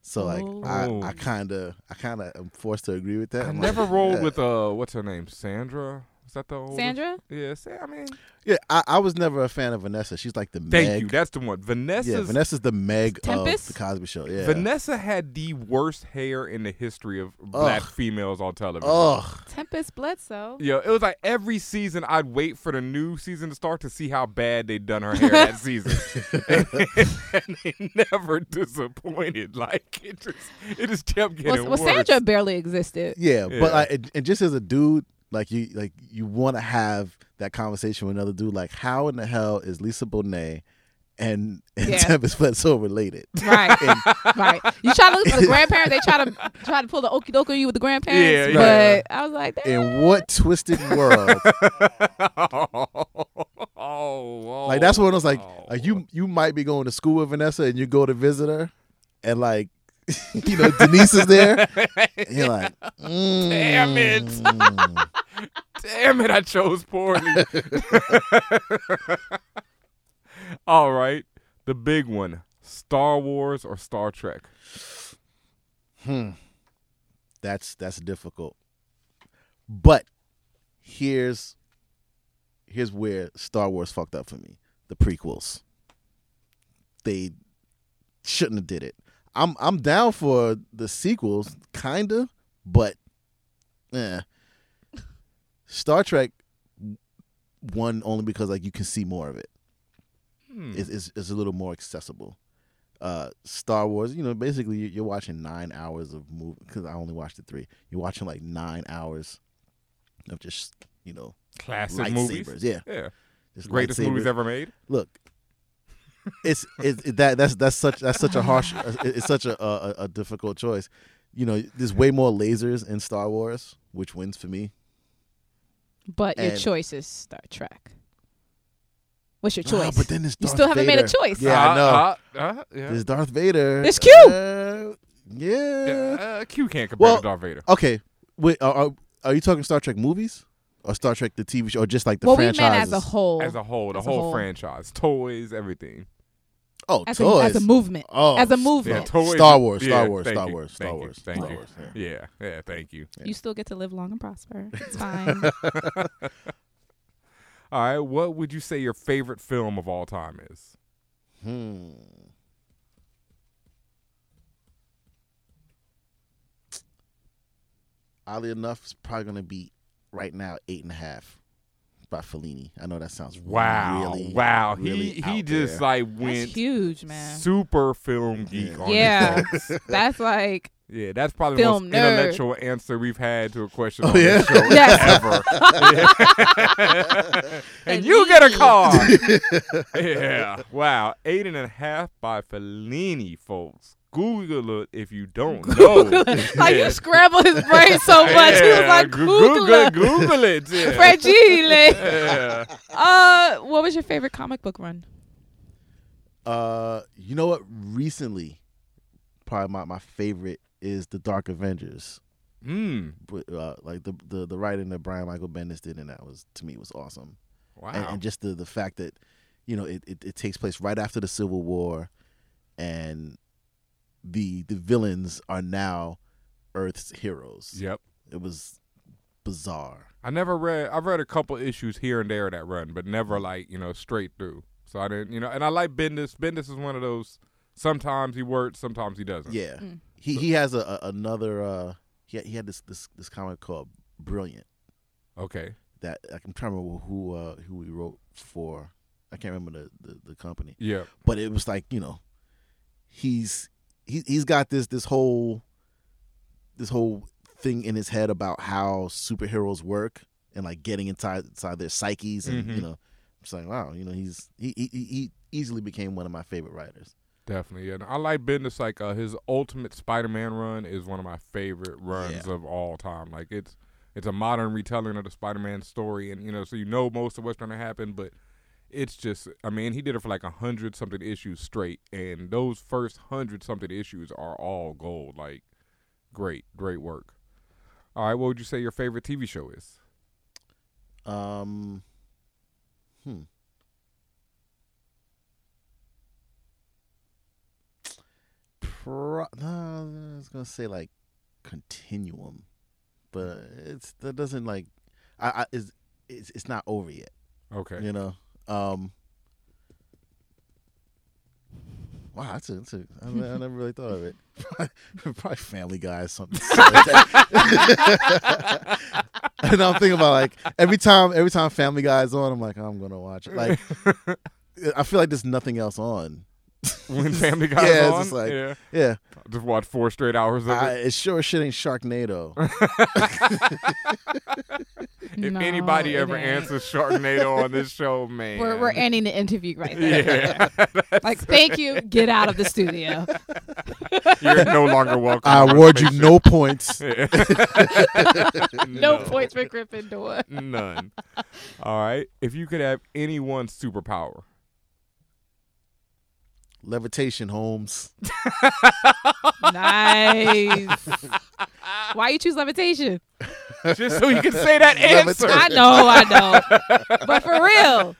S4: So like
S2: Oh.
S4: I, I kind of I kind of am forced to agree with that.
S2: I
S4: I'm
S2: never
S4: like,
S2: rolled
S4: yeah.
S2: with uh, what's her name, Sandra. Is that the oldest?
S1: Sandra?
S2: Yeah, Sa- I mean,
S4: Yeah, I, I was never a fan of Vanessa. She's like the
S2: thank
S4: Meg.
S2: you. That's the one. Vanessa's,
S4: yeah, Vanessa's the Meg
S1: Tempest?
S4: of the Cosby Show. Yeah.
S2: Vanessa had the worst hair in the history of black
S4: Ugh.
S2: females on television.
S4: Ugh.
S1: Tempest Bledsoe.
S2: Yo, it was like every season I'd wait for the new season to start to see how bad they'd done her hair that season. and, they never disappointed. Like it just it just kept
S1: Well,
S2: getting
S1: well,
S2: worse.
S1: Sandra barely existed.
S4: Yeah,
S2: Yeah.
S4: but like, and- and just as a dude, like you like you want to have that conversation with another dude. Like, how in the hell is Lisa Bonet and, and
S1: Yeah.
S4: Tempest Fletcher related?
S1: Right, right. You try to look for the grandparents. They try to try to pull the okey doke on you with the grandparents.
S2: Yeah,
S4: yeah.
S1: But I was like, "Damn."
S4: In what twisted world
S2: oh, oh,
S4: Like that's one of those like
S2: oh.
S4: like you you might be going to school with Vanessa and you go to visit her and like you know Denise is there and you're like mm,
S2: Damn it. Damn it, I chose poorly. All right. The big one. Star Wars or Star Trek?
S4: hmm, that's that's difficult. But here's here's where Star Wars fucked up for me. The prequels. They shouldn't have did it. I'm I'm down for the sequels, kinda, but eh. Star Trek one only because like you can see more of it.
S2: Hmm.
S4: It's it's, it's a little more accessible. Uh, Star Wars, you know, basically you- you're watching nine hours of movie because I only watched the three. You're watching like nine hours of just you know
S2: Classic
S4: lightsabers,
S2: movies.
S4: yeah,
S2: Yeah.
S4: just
S2: Greatest movies
S4: lightsabers.
S2: ever made.
S4: Look, it's it's it, that that's that's such that's such a harsh uh, it- it's such a, a a difficult choice. You know, there's way more lasers in Star Wars, which wins for me.
S1: But your
S4: And-
S1: choice is Star Trek. What's your
S4: Ah,
S1: choice?
S4: but then there's
S1: You
S4: Darth
S1: still haven't made a
S4: Vader.
S1: choice.
S4: Yeah, I know.
S2: Uh, uh, yeah.
S4: There's Darth Vader.
S1: It's Q.
S4: Uh, yeah.
S2: Uh, Q can't compare
S4: Well-
S2: to Darth Vader.
S4: Okay. Wait, are, are, are you talking Star Trek movies or Star Trek the TV show or just like the
S1: well,
S4: franchises?
S1: we meant as a whole,
S2: As a whole, the
S1: As a
S2: whole,
S1: whole.
S2: franchise, toys, everything.
S4: oh,
S1: as, a,
S4: toys.
S1: as a movement.
S4: Oh,
S1: as a
S4: s-
S1: movement.
S2: Yeah, toys.
S4: Star Wars,
S2: Yeah,
S4: Star Wars,
S2: thank
S4: Star
S2: you,
S4: Wars,
S2: thank
S4: Star
S2: you,
S4: Wars,
S2: thank
S4: Star
S2: you.
S4: Wars. yeah.
S2: Yeah, yeah, thank you.
S1: You still get to live long and prosper. It's fine.
S2: All right, what would you say your favorite film of all time is?
S4: Hmm. Oddly enough, it's probably gonna be right now eight and a half by Fellini. I know that sounds
S2: Wow,
S4: really,
S2: wow,
S4: really
S2: he he
S4: out
S2: just
S4: there.
S2: like
S1: That's
S2: went
S1: huge, man.
S2: super film geek on
S1: Yeah.
S2: this folks.
S1: That's like
S2: yeah, that's probably the most
S1: Film nerd.
S2: intellectual answer we've had to a question
S4: Oh,
S2: on this
S4: yeah?
S2: show
S1: Yes.
S2: ever. Yeah. and you get a car. yeah, wow, eight and a half by Fellini, folks. Google it if you don't know.
S1: Like you scramble his brain so much. He was
S2: oh, Yeah,
S1: like,
S2: Goo-
S1: Google
S2: Google,
S1: it.
S2: Google it. Yeah.
S1: Fragile.
S2: Yeah.
S1: Uh, what was your favorite comic book run?
S4: Uh, you know what? Recently, probably my, my favorite is the Dark Avengers.
S2: Mm.
S4: But, Uh, like the, the the writing that Brian Michael Bendis did, and that was to me was awesome.
S2: Wow.
S4: and, and just the the fact that you know it, it, it takes place right after the civil war and the the villains are now earth's heroes
S2: yep.
S4: it was bizarre
S2: I never read. I've read a couple issues here and there of that run, but never like you know straight through. So I didn't, you know. And I like Bendis. Bendis is one of those. Sometimes he works, sometimes he doesn't.
S4: yeah
S1: Mm.
S4: he he has a, a another uh he had, he had this this this comic called brilliant
S2: Okay.
S4: that like, i'm trying to remember who uh who he wrote for i can't remember the the, the company
S2: Yeah.
S4: but it was like you know he's he, he's got this this whole this whole thing in his head about how superheroes work and like getting inside inside their psyches and
S2: Mhm.
S4: you know it's like wow you know he's he, he he he easily became one of my favorite writers
S2: Definitely, and I like Bendis. Like uh, his Ultimate Spider-Man run is one of my favorite runs of all time. Like it's it's a modern retelling of the Spider-Man story, and you know, so you know most of what's going to happen. But it's just, I mean, he did it for like a hundred something issues straight, and those first hundred something issues are all gold. Like great, great work. All right, what would you say your favorite TV show is?
S4: um hmm Pro- no, I was gonna say like continuum, but it's that doesn't like I, I it's, it's it's not over yet.
S2: Okay,
S4: You know. Um Wow, that's a, that's a, I, mean, I never really thought of it. Probably Family Guy or something. like that. and I'm thinking about like every time every time Family Guy is on, I'm like I'm gonna watch it. Like I feel like there's nothing else on.
S2: when Family Guy
S4: yeah,
S2: is
S4: it's
S2: on,
S4: just like-
S2: yeah,
S4: Yeah,
S2: just watch four straight hours of
S4: I,
S2: it.
S4: it sure shit ain't Sharknado.
S2: If
S1: No,
S2: anybody
S1: it
S2: ever
S1: ain't.
S2: answers Sharknado on this show, man,
S1: We're, we're ending the interview right there.
S2: yeah,
S1: Like, thank you. Get out of the studio.
S2: you're no longer welcome.
S4: I award you no points.
S1: No, points for Gryffindor.
S2: None. All right. If you could have any one superpower,
S4: Levitation, Holmes.
S1: Nice. Why you choose levitation?
S2: just so you can say that answer.
S1: I know, I know. But for real,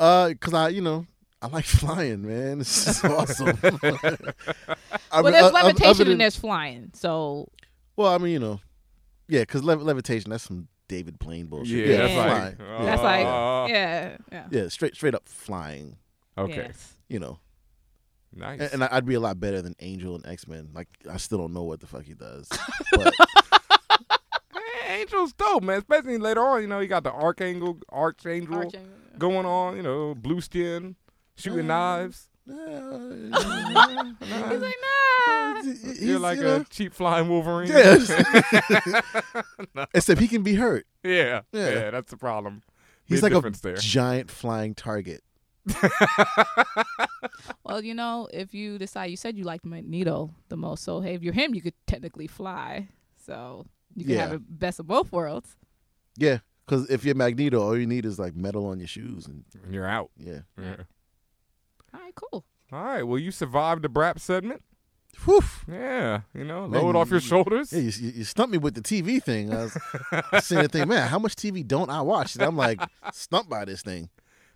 S4: Uh, cause I, you know, I like flying, man. It's just awesome. I
S1: well,
S4: mean,
S1: there's
S4: o- o-
S1: levitation
S4: other than-
S1: and there's flying. So
S4: Well, I mean, you know, yeah, cause lev- levitation that's some David Blaine bullshit.
S2: Yeah,
S1: that's
S4: flying.
S2: like-
S4: yeah.
S1: that's like,
S4: Oh.
S2: Uh,
S1: yeah, yeah.
S4: yeah, straight straight up flying.
S2: Okay.
S1: Yes.
S4: You know,
S2: Nice.
S4: and, and I- I'd be a lot better than Angel and X Men. Like, I still don't know what the fuck he does. But
S2: Man, Angel's dope, man. Especially later on, you know, you got the Archangel, Archangel going on. You know, blue
S1: Mm-hmm.
S2: skin, shooting knives.
S4: uh,
S1: He's like, nah.
S4: he's,
S2: You're like
S4: you
S2: a cheap flying Wolverine.
S4: Yes. except he can be hurt.
S2: yeah.
S4: Yeah.
S2: Yeah, That's the problem.
S4: He's
S2: Big
S4: like a
S2: difference there.
S4: giant flying target.
S1: Well, you know, if you decide you said you liked Magneto the most, so hey, if you're him, you could technically fly. So you can
S4: Yeah.
S1: have the best of both worlds.
S4: Yeah, because if you're Magneto, all you need is like metal on your shoes, and
S2: And you're out.
S4: yeah,
S2: Yeah.
S1: All right, cool.
S2: All right. Well, you survived the brap segment.
S4: whew.
S2: Yeah, you know,
S4: Man,
S2: load it off
S4: you-
S2: your shoulders.
S4: Yeah, you, you, you stumped me with the TV thing. I was, I was sitting there thinking, man, how much TV don't I watch? And I'm like stumped by this thing.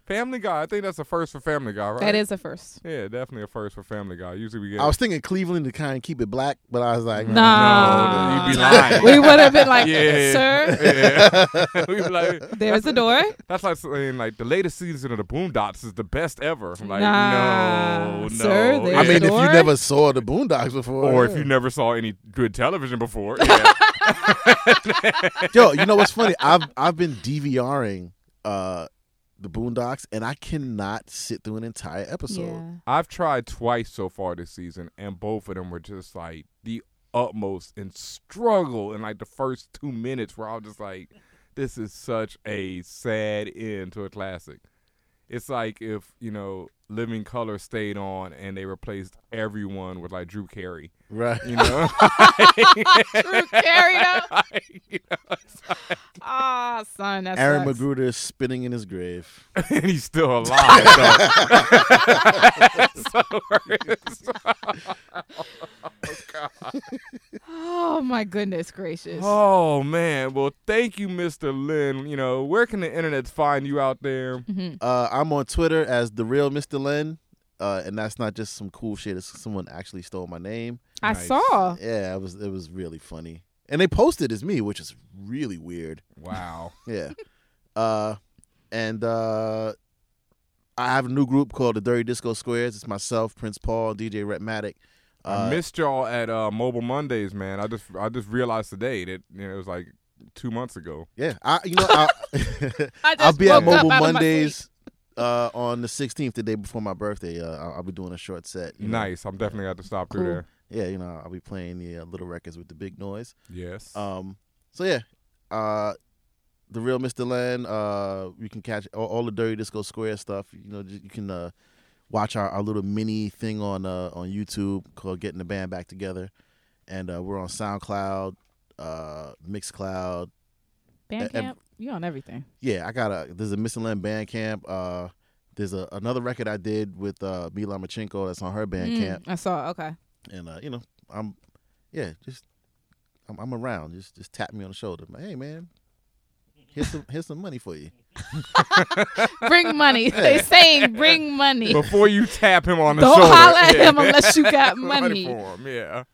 S2: Family Guy, I think that's a first for Family Guy, right?
S1: That is the first.
S2: Yeah, definitely a first for Family Guy. Usually we get.
S4: I was thinking Cleveland to kind of keep it black, but I was like,
S1: No.
S2: No, you'd be lying.
S1: we would have been like,
S2: Yeah.
S1: sir,
S2: yeah. We be like,
S1: there's the door.
S2: that's like saying like the latest season of the Boondocks is the best ever. I'm like
S1: Nah,
S2: no, no.
S1: sir, there's
S4: I mean, if
S1: Door?
S4: you never saw the Boondocks before,
S2: or
S4: yeah.
S2: if you never saw any good television before, yeah.
S4: Yo, you know what's funny? I've I've been DVRing uh, the Boondocks, and I cannot sit through an entire episode.
S2: I've tried twice so far this season, and both of them were just like the utmost and struggle in like the first two minutes, where I was just like, "This is such a sad end to a classic." It's like if you know Living Color stayed on and they replaced everyone with like Drew Carey.
S4: Right.
S2: You know?
S1: Drew Carey though. Ah, son, that's
S4: Aaron Magruder is spinning in his grave.
S2: and he's still alive. so. so-
S1: Oh my goodness gracious.
S2: oh man. Well, thank you, Mr. Lynn. You know, where can the internet find you out there?
S4: Uh, I'm on Twitter as the real Mr. Len. Uh, and that's not just some cool shit. It's someone actually stole my name.
S1: I
S2: Nice.
S1: saw.
S4: Yeah, it was it was really funny. And they posted as me, which is really weird.
S2: Wow.
S4: Yeah. uh, and uh, I have a new group called the Dirty Disco Squares. It's myself, Prince Paul, DJ Retmatic.
S2: I
S4: Uh,
S2: missed y'all at uh, Mobile Mondays, man. I just I just realized today that you know, it was like two months ago.
S4: yeah, I you know I,
S1: I
S4: I'll
S1: just
S4: be at
S1: woke up
S4: Mobile
S1: out of my
S4: Mondays uh, on the 16th, the day before my birthday. Uh, I'll, I'll be doing a short set. you know.
S2: Nice. I'm definitely gonna have to stop
S1: Cool.
S2: through there.
S4: Yeah, you know I'll be playing the uh, little records with the big noise.
S2: Yes.
S4: Um, so yeah, uh, the real Mr. Len. Uh, you can catch all, all the Dirty Disco Square stuff. You know, you can uh, watch our, our little mini thing on uh, on YouTube called "Getting the Band Back Together," and uh, we're on SoundCloud, uh, Mixcloud.
S1: Bandcamp,
S4: ev-
S1: you on everything.
S4: Yeah, I got a. There's a Mr. Len Bandcamp. Uh, there's a, another record I did with uh, Mila Machenko that's on her
S1: Mm,
S4: Bandcamp,
S1: I saw. Okay.
S4: and uh, you know, I'm, yeah, just. I'm, I'm around. Just just tap me on the shoulder. Like, hey man, here's some here's some money for you.
S1: Bring money. They're saying bring money.
S2: Before you tap him on the
S1: Don't
S2: shoulder.
S1: holler at
S2: Yeah.
S1: him unless you got money.
S2: Money for him, yeah.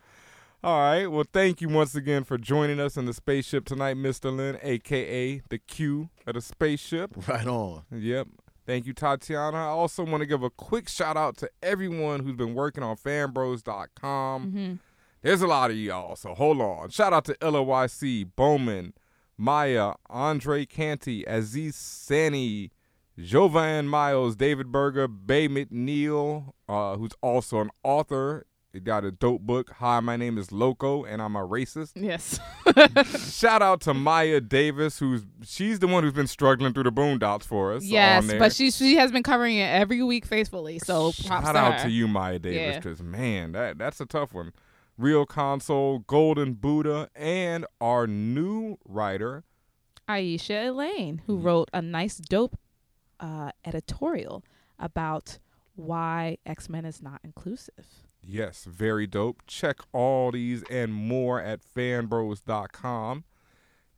S2: All right. Well, thank you once again for joining us in the spaceship tonight, Mr. Lynn, aka the Q of the spaceship.
S4: Right on.
S2: Yep. Thank you, Tatiana. I also want to give a quick shout out to everyone who's been working on fanbros.com. There's a lot of y'all, so hold on. Shout out to LOYC, Bowman, Maya, Andre Canty, Aziz Sani, Jovan Miles, David Berger, Bay McNeil, uh, who's also an author. He got a dope book. Hi, my name is Loco, and I'm a racist.
S1: Yes.
S2: Shout out to Maya Davis, who's she's the one who's been struggling through the boondocks for us.
S1: yes.
S2: on there.
S1: But she she has been covering it every week faithfully. So props
S2: shout
S1: to
S2: out
S1: her.
S2: to you, Maya Davis,
S1: Yeah.
S2: because man, that that's a tough one. Real console, Golden Buddha, and our new writer.
S1: Aisha Elaine,
S2: Mm.
S1: who wrote a nice, dope uh, editorial about why X Men is not inclusive.
S2: Yes, very dope. Check all these and more at fanbros.com.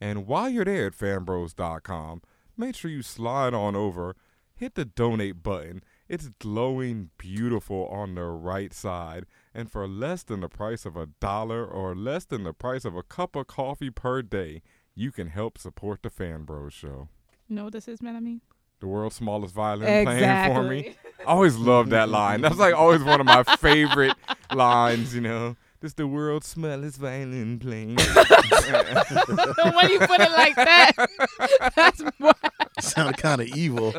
S2: And while you're there at fanbros.com, make sure you slide on over, hit the donate button. It's glowing beautiful on the right side. And for less than the price of a dollar or less than the price of a cup of coffee per day, you can help support the Fan Bros Show.
S1: You know what this is, man? I mean,
S2: The world's smallest violin playing for me. I always love that line. That's like always one of my favorite lines, you know. This the world's smallest violin playing.
S1: when you put it like that, that's what.
S4: Sound kind of evil.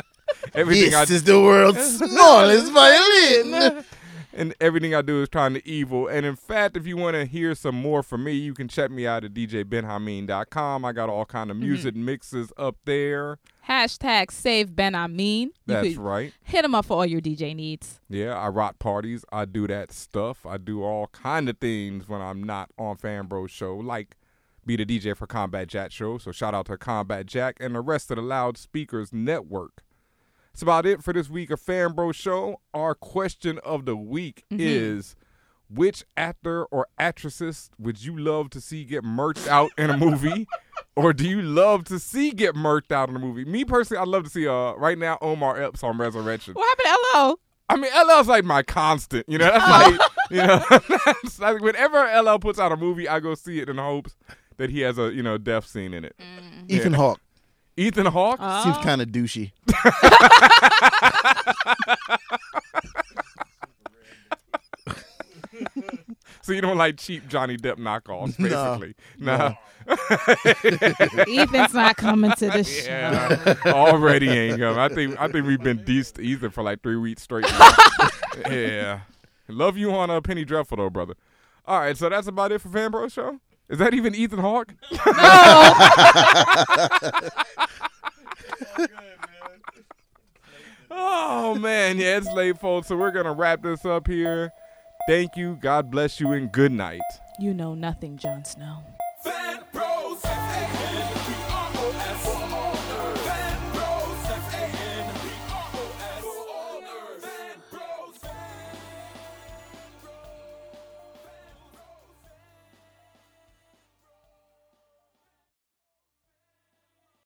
S2: everything
S4: this
S2: I
S4: is the world's smallest violin.
S2: and everything I do is trying to evil. And in fact, if you want to hear some more from me, you can check me out at djbenhameen.com. I got all kind of music mixes up there.
S1: Hashtag save Ben I mean.
S2: That's right.
S1: Hit him up for all your DJ needs.
S2: Yeah, I rock parties. I do that stuff. I do all kind of things when I'm not on Fanbro show, like be the DJ for Combat Jack show. So shout out to Combat Jack and the rest of the Loudspeakers Network. That's about it for this week of Fanbro show. Our question of the week is. Which actor or actresses would you love to see get merked out in a movie? or do you love to see get merked out in a movie? Me personally, I'd love to see uh right now Omar Epps on Resurrection.
S1: What happened to LO?
S2: I mean, LL's like my constant. You know, that's like, you know, that's like whenever LL puts out a movie, I go see it in hopes that he has a, you know, death scene in it.
S4: Ethan Hawke
S2: Ethan Hawke?
S4: seems
S1: Uh-huh. Oh.
S4: kind of douchey.
S2: so you don't like cheap Johnny Depp knockoffs, basically. No.
S1: Ethan's not coming to the show.
S2: Yeah. Already ain't coming. I think I think we've been decent to Ethan for like three weeks straight. now. yeah. Love you on a uh, penny dreadful though, brother. All right, so that's about it for Van Bro Show. Is that even Ethan Hawke? Oh man, yeah, it's late, folks. So we're gonna wrap this up here. Thank you. God bless you and good night.
S1: You know nothing, Jon Snow.
S3: Fan Bros. F-A-N-B-R-O-S.